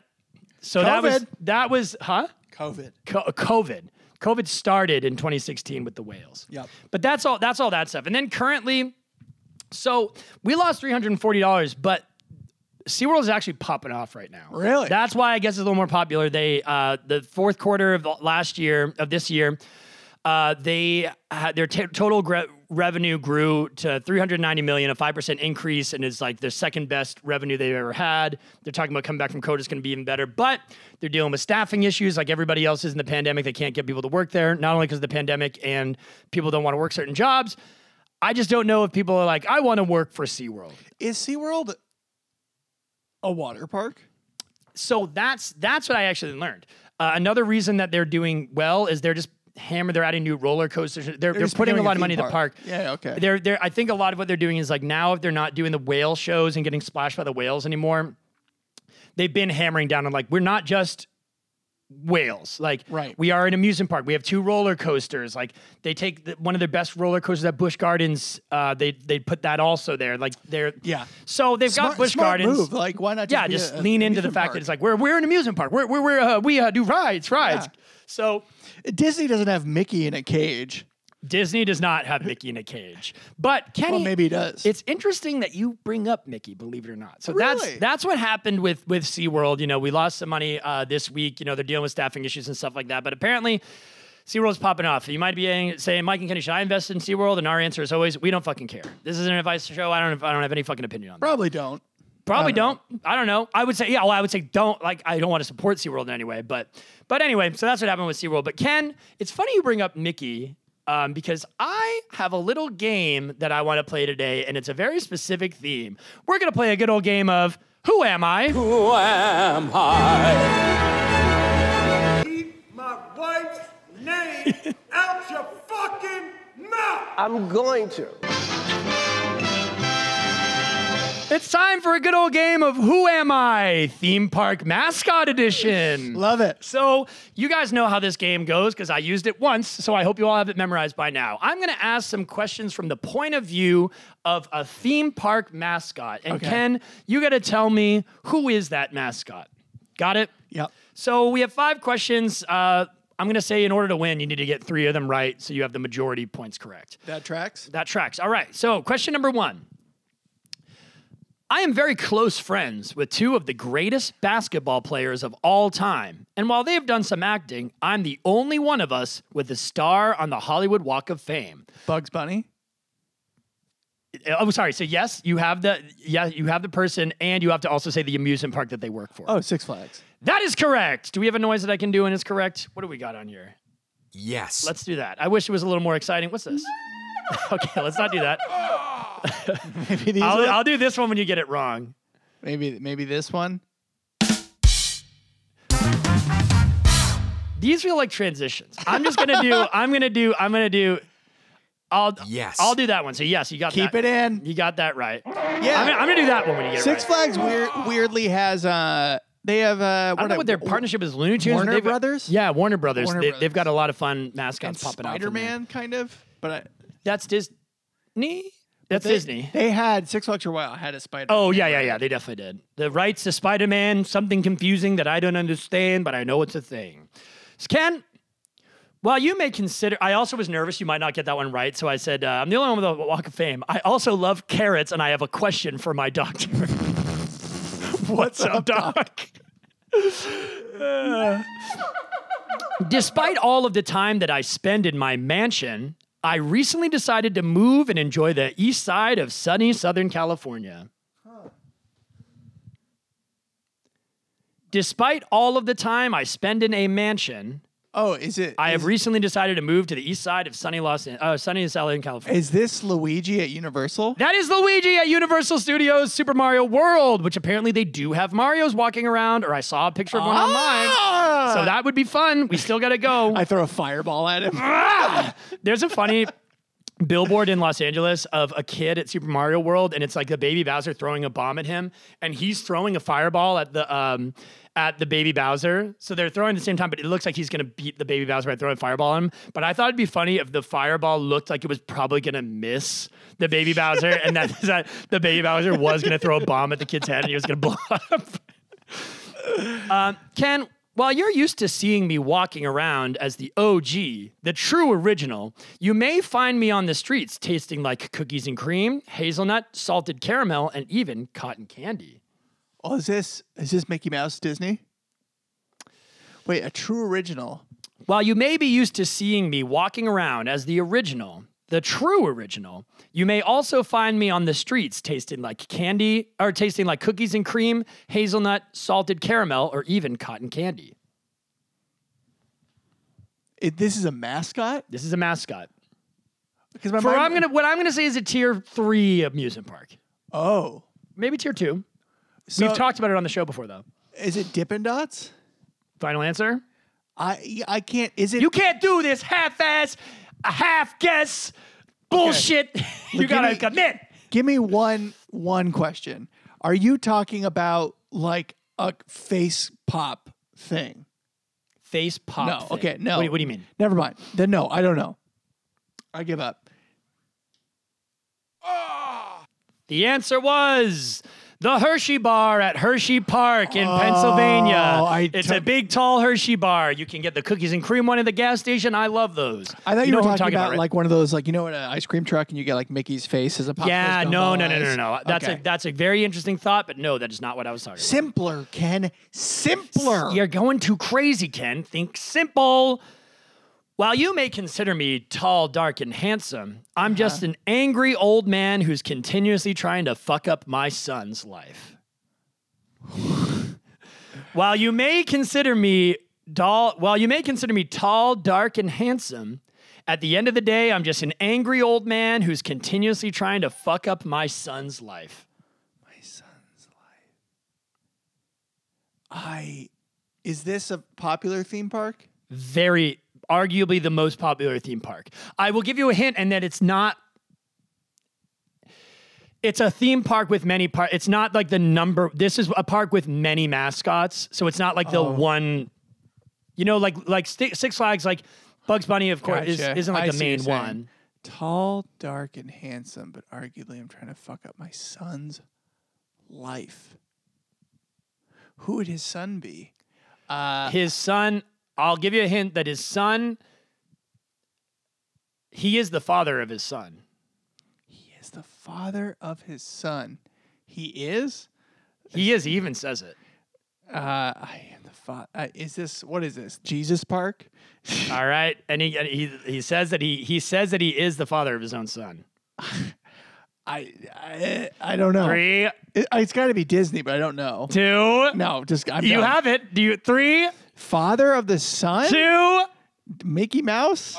[SPEAKER 7] So that was
[SPEAKER 8] COVID.
[SPEAKER 7] that was huh?
[SPEAKER 8] COVID.
[SPEAKER 7] Co- COVID. COVID started in 2016 with the whales.
[SPEAKER 8] Yep.
[SPEAKER 7] But that's all. That's all that stuff. And then currently, so we lost 340 dollars, but SeaWorld is actually popping off right now.
[SPEAKER 8] Really?
[SPEAKER 7] That's why I guess it's a little more popular. They uh, the fourth quarter of last year of this year, uh, they had their t- total gre- revenue grew to 390 million, a 5% increase, and is like their second best revenue they've ever had. They're talking about coming back from COVID is going to be even better, but they're dealing with staffing issues like everybody else is in the pandemic. They can't get people to work there, not only because of the pandemic and people don't want to work certain jobs. I just don't know if people are like, I want to work for SeaWorld.
[SPEAKER 8] Is SeaWorld a water park?
[SPEAKER 7] so that's that's what I actually learned. Uh, another reason that they're doing well is they're just hammer. They're adding new roller coasters. They're they're,
[SPEAKER 8] just
[SPEAKER 7] putting a
[SPEAKER 8] becoming a
[SPEAKER 7] lot of money
[SPEAKER 8] theme
[SPEAKER 7] in the
[SPEAKER 8] park.
[SPEAKER 7] park.
[SPEAKER 8] Yeah, okay.
[SPEAKER 7] They're they're. I think a lot of what they're doing is like now if they're not doing the whale shows and getting splashed by the whales anymore, they've been hammering down on like we're not just whales like
[SPEAKER 8] Right.
[SPEAKER 7] we are an amusement park we have two roller coasters like they take the, one of their best roller coasters at bush gardens uh they they put that also there like they're
[SPEAKER 8] Yeah.
[SPEAKER 7] so they've got
[SPEAKER 8] Smart-
[SPEAKER 7] bush
[SPEAKER 8] smart
[SPEAKER 7] gardens
[SPEAKER 8] move. Like, why not just
[SPEAKER 7] yeah
[SPEAKER 8] be
[SPEAKER 7] just
[SPEAKER 8] a- a
[SPEAKER 7] lean into the
[SPEAKER 8] amusement
[SPEAKER 7] fact
[SPEAKER 8] park?
[SPEAKER 7] that it's like we're we're an amusement park we're, we're, we're uh, we uh, do rides rides so
[SPEAKER 8] Disney doesn't have Mickey in a cage.
[SPEAKER 7] disney does not have mickey in a cage but kenny
[SPEAKER 8] Well, maybe he does.
[SPEAKER 7] it's interesting that you bring up Mickey, believe it or not. So
[SPEAKER 8] Really?
[SPEAKER 7] that's that's what happened with with SeaWorld. You know, we lost some money uh, this week. You know, they're dealing with staffing issues and stuff like that. But apparently, SeaWorld's popping off. You might be ang- saying, Mike and Kenny, should I invest in SeaWorld? And our answer is always, we don't fucking care. This is an advice show. I don't I don't have any fucking opinion on that.
[SPEAKER 8] probably don't.
[SPEAKER 7] Probably don't. I don't know. I would say, yeah, well, I would say don't. Like, I don't want to support SeaWorld in any way. But, but anyway, so that's what happened with SeaWorld. But Ken, it's funny you bring up Mickey um, because I have a little game that I want to play today, and it's a very specific theme. We're going to play a good old game of Who Am I?
[SPEAKER 1] Who am I?
[SPEAKER 5] My wife's name out your fucking mouth.
[SPEAKER 4] I'm going to.
[SPEAKER 7] It's time for a good old game of Who Am I? Theme Park Mascot Edition.
[SPEAKER 8] Love it.
[SPEAKER 7] So you guys know how this game goes because I used it once, so I hope you all have it memorized by now. I'm going to ask some questions from the point of view of a theme park mascot, and Ken, you got to tell me who is that mascot. Got it?
[SPEAKER 8] Yep.
[SPEAKER 7] So we have five questions. Uh, I'm going to say in order to win, you need to get three of them right, so you have the majority points correct.
[SPEAKER 8] That tracks.
[SPEAKER 7] That tracks. All right. So, question number one I am very close friends with two of the greatest basketball players of all time. And while they have done some acting, I'm the only one of us with a star on the Hollywood Walk of Fame.
[SPEAKER 8] Bugs Bunny.
[SPEAKER 7] Oh, sorry. So, yes, you have the yeah, you have the person, and you have to also say the amusement park that they work for.
[SPEAKER 8] Oh, Six Flags.
[SPEAKER 7] That is correct. Do we have a noise that I can do and it's correct? What do we got on here?
[SPEAKER 1] Yes.
[SPEAKER 7] Let's do that. I wish it was a little more exciting. What's this? okay, let's not do that.
[SPEAKER 8] Maybe these.
[SPEAKER 7] I'll,
[SPEAKER 8] ones?
[SPEAKER 7] I'll do this one when you get it wrong.
[SPEAKER 8] maybe maybe this one.
[SPEAKER 7] These feel like transitions. I'm just gonna do. I'm gonna do. I'm gonna do. I'll
[SPEAKER 1] Yes.
[SPEAKER 7] I'll do that one. So yes, you got
[SPEAKER 8] Keep
[SPEAKER 7] that.
[SPEAKER 8] it in.
[SPEAKER 7] You got that right.
[SPEAKER 8] Yeah.
[SPEAKER 7] I'm, gonna, I'm gonna do that one when you get
[SPEAKER 8] Six
[SPEAKER 7] it right.
[SPEAKER 8] Flags weird, weirdly has uh they have uh
[SPEAKER 7] I don't know what their partnership is. Looney Tunes.
[SPEAKER 8] Warner
[SPEAKER 7] they've-
[SPEAKER 8] Brothers?
[SPEAKER 7] Yeah, Warner Brothers.
[SPEAKER 8] Warner
[SPEAKER 7] they,
[SPEAKER 8] Brothers.
[SPEAKER 7] They've got a lot of fun mascots popping out.
[SPEAKER 8] Spider Man kind of, but I,
[SPEAKER 7] That's Disney. That's
[SPEAKER 8] they-
[SPEAKER 7] Disney.
[SPEAKER 8] They had Six Flags for a while. Had a Spider.
[SPEAKER 7] Oh yeah, yeah, yeah. They definitely did. The rights to Spider-Man, something confusing that I don't understand, but I know it's a thing. So, Ken, while you may consider, I also was nervous you might not get that one right, so I said uh, I'm the only one with a Walk of Fame. I also love carrots, and I have a question for my doctor. What's up, doc? Uh, Despite all of the time that I spend in my mansion, I recently decided to move and enjoy the east side of sunny Southern California. Despite all of the time I spend in a mansion,
[SPEAKER 8] Oh, is it?
[SPEAKER 7] I
[SPEAKER 8] is-
[SPEAKER 7] have recently decided to move to the east side of sunny Los An- uh, sunny Southern California.
[SPEAKER 8] Is this Luigi at Universal?
[SPEAKER 7] That is Luigi at Universal Studios Super Mario World, which apparently they do have Mario's walking around, or I saw a picture of one online. So that would be fun. We still got to go.
[SPEAKER 8] I throw a fireball at him.
[SPEAKER 7] There's a funny billboard in Los Angeles of a kid at Super Mario World, and it's like the baby Bowser throwing a bomb at him, and he's throwing a fireball at the um at the baby Bowser. So they're throwing at the same time, but it looks like he's gonna beat the baby Bowser by throwing a fireball at him. But I thought it'd be funny if the fireball looked like it was probably gonna miss the baby Bowser, and that, that the baby Bowser was gonna throw a bomb at the kid's head and he was gonna blow up. Ken, while you're used to seeing me walking around as the OG, the true original, you may find me on the streets tasting like cookies and cream, hazelnut, salted caramel, and even cotton candy.
[SPEAKER 8] Oh, is this is this Mickey Mouse Disney? Wait, a true original.
[SPEAKER 7] While you may be used to seeing me walking around as the original, the true original. You may also find me on the streets tasting like candy or tasting like cookies and cream, hazelnut, salted caramel, or even cotton candy.
[SPEAKER 8] It, this is a mascot
[SPEAKER 7] This is a mascot.
[SPEAKER 8] because my
[SPEAKER 7] For
[SPEAKER 8] mind-
[SPEAKER 7] I'm gonna what I'm gonna say is a tier three amusement park.
[SPEAKER 8] oh
[SPEAKER 7] Maybe tier two.
[SPEAKER 8] so
[SPEAKER 7] We've talked about it on the show before though.
[SPEAKER 8] is it Dippin' Dots?
[SPEAKER 7] Final answer?
[SPEAKER 8] I I can't. Is it
[SPEAKER 7] You can't do this half ass, a half guess, bullshit. you
[SPEAKER 8] give
[SPEAKER 7] gotta
[SPEAKER 8] me-
[SPEAKER 7] commit.
[SPEAKER 8] Give me one one question. Are you talking about like a face pop thing?
[SPEAKER 7] Face pop.
[SPEAKER 8] no.
[SPEAKER 7] thing.
[SPEAKER 8] Okay. No.
[SPEAKER 7] What, do- what do you mean?
[SPEAKER 8] Never mind. Then no. I don't know. I give up.
[SPEAKER 7] The answer was the Hershey Bar at Hershey Park in Pennsylvania.
[SPEAKER 8] Oh, I
[SPEAKER 7] it's a
[SPEAKER 8] took-
[SPEAKER 7] big, tall Hershey Bar. You can get the cookies and cream one at the gas station. I love those.
[SPEAKER 8] I thought you,
[SPEAKER 7] know
[SPEAKER 8] were
[SPEAKER 7] who I'm
[SPEAKER 8] talking, about,
[SPEAKER 7] right?
[SPEAKER 8] like one of those like you know in an ice cream truck and you get like Mickey's face as a pop.
[SPEAKER 7] Yeah,
[SPEAKER 8] goes
[SPEAKER 7] no,
[SPEAKER 8] down
[SPEAKER 7] no, no,
[SPEAKER 8] the
[SPEAKER 7] no, no,
[SPEAKER 8] eyes.
[SPEAKER 7] no. That's
[SPEAKER 8] Okay.
[SPEAKER 7] a that's a very interesting thought, but no, that is not what I was talking about.
[SPEAKER 8] simpler, Ken. Simpler.
[SPEAKER 7] You're going too crazy, Ken. Think simple. While you may consider me tall, dark, and handsome, I'm just an angry old man who's continuously trying to fuck up my son's life. while you may consider me tall, while you may consider me tall, dark, and handsome, at the end of the day, I'm just an angry old man who's continuously trying to fuck up my son's life.
[SPEAKER 8] I. Is this a popular theme park?
[SPEAKER 7] very arguably the most popular theme park. I will give you a hint and that it's not it's a theme park with many parts. It's not like the number this is a park with many mascots, so it's not like
[SPEAKER 8] Oh.
[SPEAKER 7] the one you know like like Sti- Six Flags like Bugs Bunny of course is,
[SPEAKER 8] Gotcha.
[SPEAKER 7] isn't
[SPEAKER 8] I
[SPEAKER 7] like the
[SPEAKER 8] see what
[SPEAKER 7] main
[SPEAKER 8] you're saying.
[SPEAKER 7] one.
[SPEAKER 8] Tall, dark, and handsome, but arguably I'm trying to fuck up my son's life. Who would his son be? Uh.
[SPEAKER 7] his son i'll give you a hint that his son he is the father of his son
[SPEAKER 8] He is the father of his son. He is?
[SPEAKER 7] he is he even says it
[SPEAKER 8] Uh, I am the father. Uh, is this, what is this? Jesus Park?
[SPEAKER 7] all right and he, and he he says that he he says that he is the father of his own son
[SPEAKER 8] I I, I don't know.
[SPEAKER 7] three
[SPEAKER 8] It, has got to be Disney, but I don't know.
[SPEAKER 7] two
[SPEAKER 8] No, just, I'm
[SPEAKER 7] you
[SPEAKER 8] done.
[SPEAKER 7] have it do you three
[SPEAKER 8] Father of the son?
[SPEAKER 7] two
[SPEAKER 8] Mickey Mouse?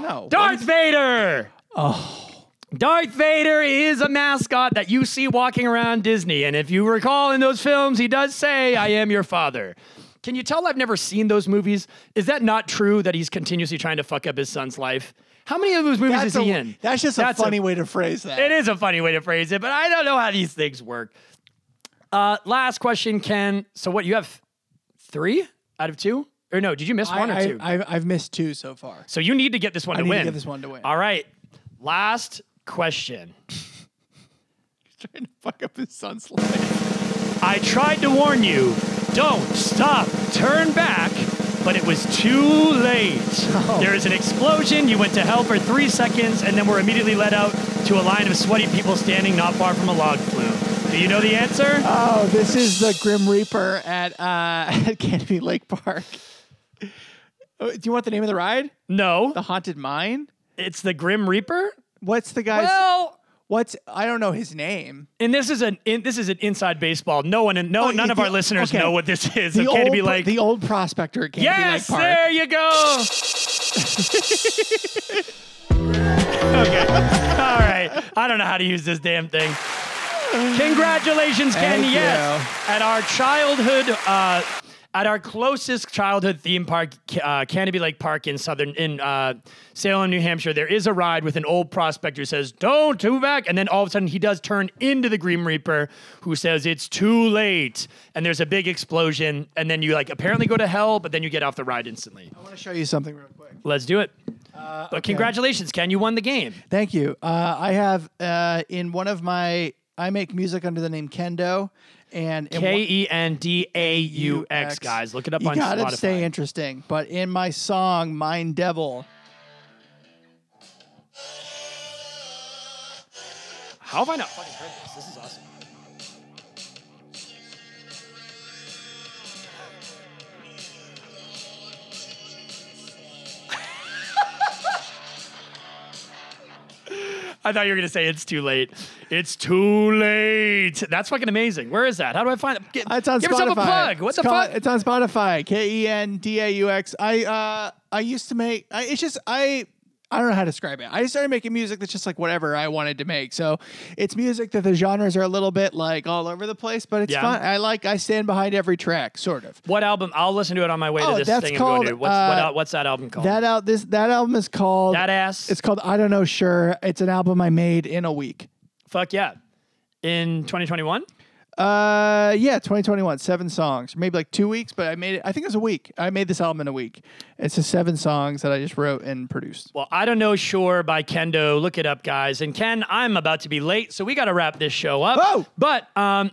[SPEAKER 8] No.
[SPEAKER 7] darth vader oh Darth Vader is a mascot that you see walking around Disney. And if you recall in those films, he does say, I am your father. Can you tell I've never seen those movies? Is that not true that he's continuously trying to fuck up his son's life? How many of those movies
[SPEAKER 8] That's,
[SPEAKER 7] is he
[SPEAKER 8] a-
[SPEAKER 7] in?
[SPEAKER 8] that's just
[SPEAKER 7] That's
[SPEAKER 8] a
[SPEAKER 7] a-
[SPEAKER 8] funny way to phrase that.
[SPEAKER 7] It is a funny way to phrase it, but I don't know how these things work. Uh, last question, Ken. So what you have three out of two? Or no, did you miss one or
[SPEAKER 8] I,
[SPEAKER 7] two?
[SPEAKER 8] I, have I've missed two so far.
[SPEAKER 7] so you need to get this one
[SPEAKER 8] I
[SPEAKER 7] to
[SPEAKER 8] need to
[SPEAKER 7] win.
[SPEAKER 8] get this one to win.
[SPEAKER 7] All right. Last question.
[SPEAKER 8] Trying to fuck up his son's life.
[SPEAKER 7] I tried to warn you, don't stop, turn back, but it was too late.
[SPEAKER 8] Oh.
[SPEAKER 7] There is an explosion, you went to hell for three seconds, and then were immediately led out to a line of sweaty people standing not far from a log flume. Do you know the answer?
[SPEAKER 8] Oh, this is the Grim Reaper at uh, at Canopy Lake Park. Oh, do you want the name of the ride?
[SPEAKER 7] no.
[SPEAKER 8] The Haunted Mine.
[SPEAKER 7] It's the Grim Reaper.
[SPEAKER 8] What's the guy's?
[SPEAKER 7] Well,
[SPEAKER 8] what's I don't know his name.
[SPEAKER 7] and this is an in, this is an inside baseball. No one, and no,
[SPEAKER 8] Oh,
[SPEAKER 7] none of
[SPEAKER 8] the-
[SPEAKER 7] our listeners
[SPEAKER 8] okay.
[SPEAKER 7] know what this is.
[SPEAKER 8] The
[SPEAKER 7] okay,
[SPEAKER 8] old
[SPEAKER 7] to be
[SPEAKER 8] pro-
[SPEAKER 7] like,
[SPEAKER 8] the old prospector at Canopy
[SPEAKER 7] yes,
[SPEAKER 8] Lake Park.
[SPEAKER 7] there you go. okay, all right. I don't know how to use this damn thing. Congratulations, Ken.
[SPEAKER 8] Thank
[SPEAKER 7] yes, at our childhood. Uh, at our closest childhood theme park, uh, Canopy Lake Park in southern in uh, Salem, New Hampshire, there is a ride with an old prospector who says, "Don't do back," and then all of a sudden he does turn into the Green Reaper, who says, "It's too late," and there's a big explosion, and then you like apparently go to hell, but then you get off the ride instantly.
[SPEAKER 8] I want to show you something real quick.
[SPEAKER 7] Let's do it.
[SPEAKER 8] Uh,
[SPEAKER 7] but congratulations, Ken, you won the game.
[SPEAKER 8] Thank you. Uh, I have uh, in one of my I make music under the name Kendo, and in
[SPEAKER 7] K
[SPEAKER 8] one-
[SPEAKER 7] E N D A U X,
[SPEAKER 8] UX.
[SPEAKER 7] guys. Look it up
[SPEAKER 8] you
[SPEAKER 7] on
[SPEAKER 8] gotta
[SPEAKER 7] Spotify.
[SPEAKER 8] stay interesting. But in my song "Mind Devil,"
[SPEAKER 7] How have I not fucking heard this? This is awesome. I thought you were gonna say it's too late. It's too late. That's fucking amazing. Where is that? How do I find it? Get,
[SPEAKER 8] It's on
[SPEAKER 7] give
[SPEAKER 8] Spotify.
[SPEAKER 7] yourself a plug. What
[SPEAKER 8] It's
[SPEAKER 7] the
[SPEAKER 8] called-
[SPEAKER 7] fuck?
[SPEAKER 8] It's on Spotify. K E N D A U X. I uh I used to make. I, it's just I. I don't know how to describe it. I started making music that's just like whatever I wanted to make. So it's music that the genres are a little bit like all over the place, but it's
[SPEAKER 7] Yeah.
[SPEAKER 8] fun. I like. I stand behind every track, sort of.
[SPEAKER 7] what album? I'll listen to it on my way
[SPEAKER 8] Oh,
[SPEAKER 7] to this
[SPEAKER 8] that's
[SPEAKER 7] thing
[SPEAKER 8] called,
[SPEAKER 7] I'm going to. What's, what,
[SPEAKER 8] uh,
[SPEAKER 7] al- what's that album called?
[SPEAKER 8] That out. This that album is called.
[SPEAKER 7] That ass.
[SPEAKER 8] It's called I don't know. Sure, it's an album I made in a week.
[SPEAKER 7] fuck yeah. In 2021.
[SPEAKER 8] Uh, yeah, 2021, seven songs, maybe like two weeks, but I made it. I think it was a week. I made this album in a week. It's just seven songs that I just wrote and produced.
[SPEAKER 7] Well, I don't know. Sure by Kendo. Look it up, guys. And Ken, I'm about to be late, so we got to wrap this show up.
[SPEAKER 8] Whoa!
[SPEAKER 7] But um,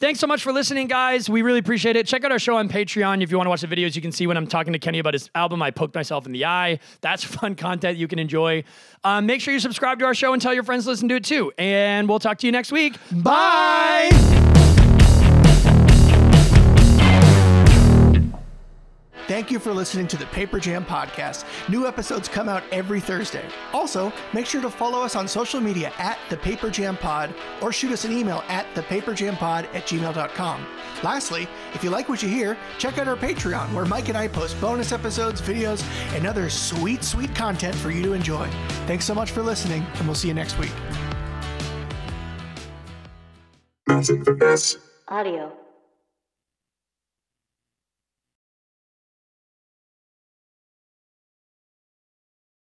[SPEAKER 7] thanks so much for listening, guys. We really appreciate it. Check out our show on Patreon if you want to watch the videos. You can see when I'm talking to Kenny about his album, I poked myself in the eye. That's fun content you can enjoy. Um, make sure you subscribe to our show and tell your friends to listen to it too. And we'll talk to you next week.
[SPEAKER 8] Bye. Thank you for listening to the Paper Jam podcast. New episodes come out every Thursday. Also, make sure to follow us on social media at the Paper Jam Pod or shoot us an email at thepaperjampod at gmail.com. Lastly, if you like what you hear, check out our Patreon where Mike and I post bonus episodes, videos, and other sweet, sweet content for you to enjoy. Thanks so much for listening, and we'll see you next week.
[SPEAKER 9] Audio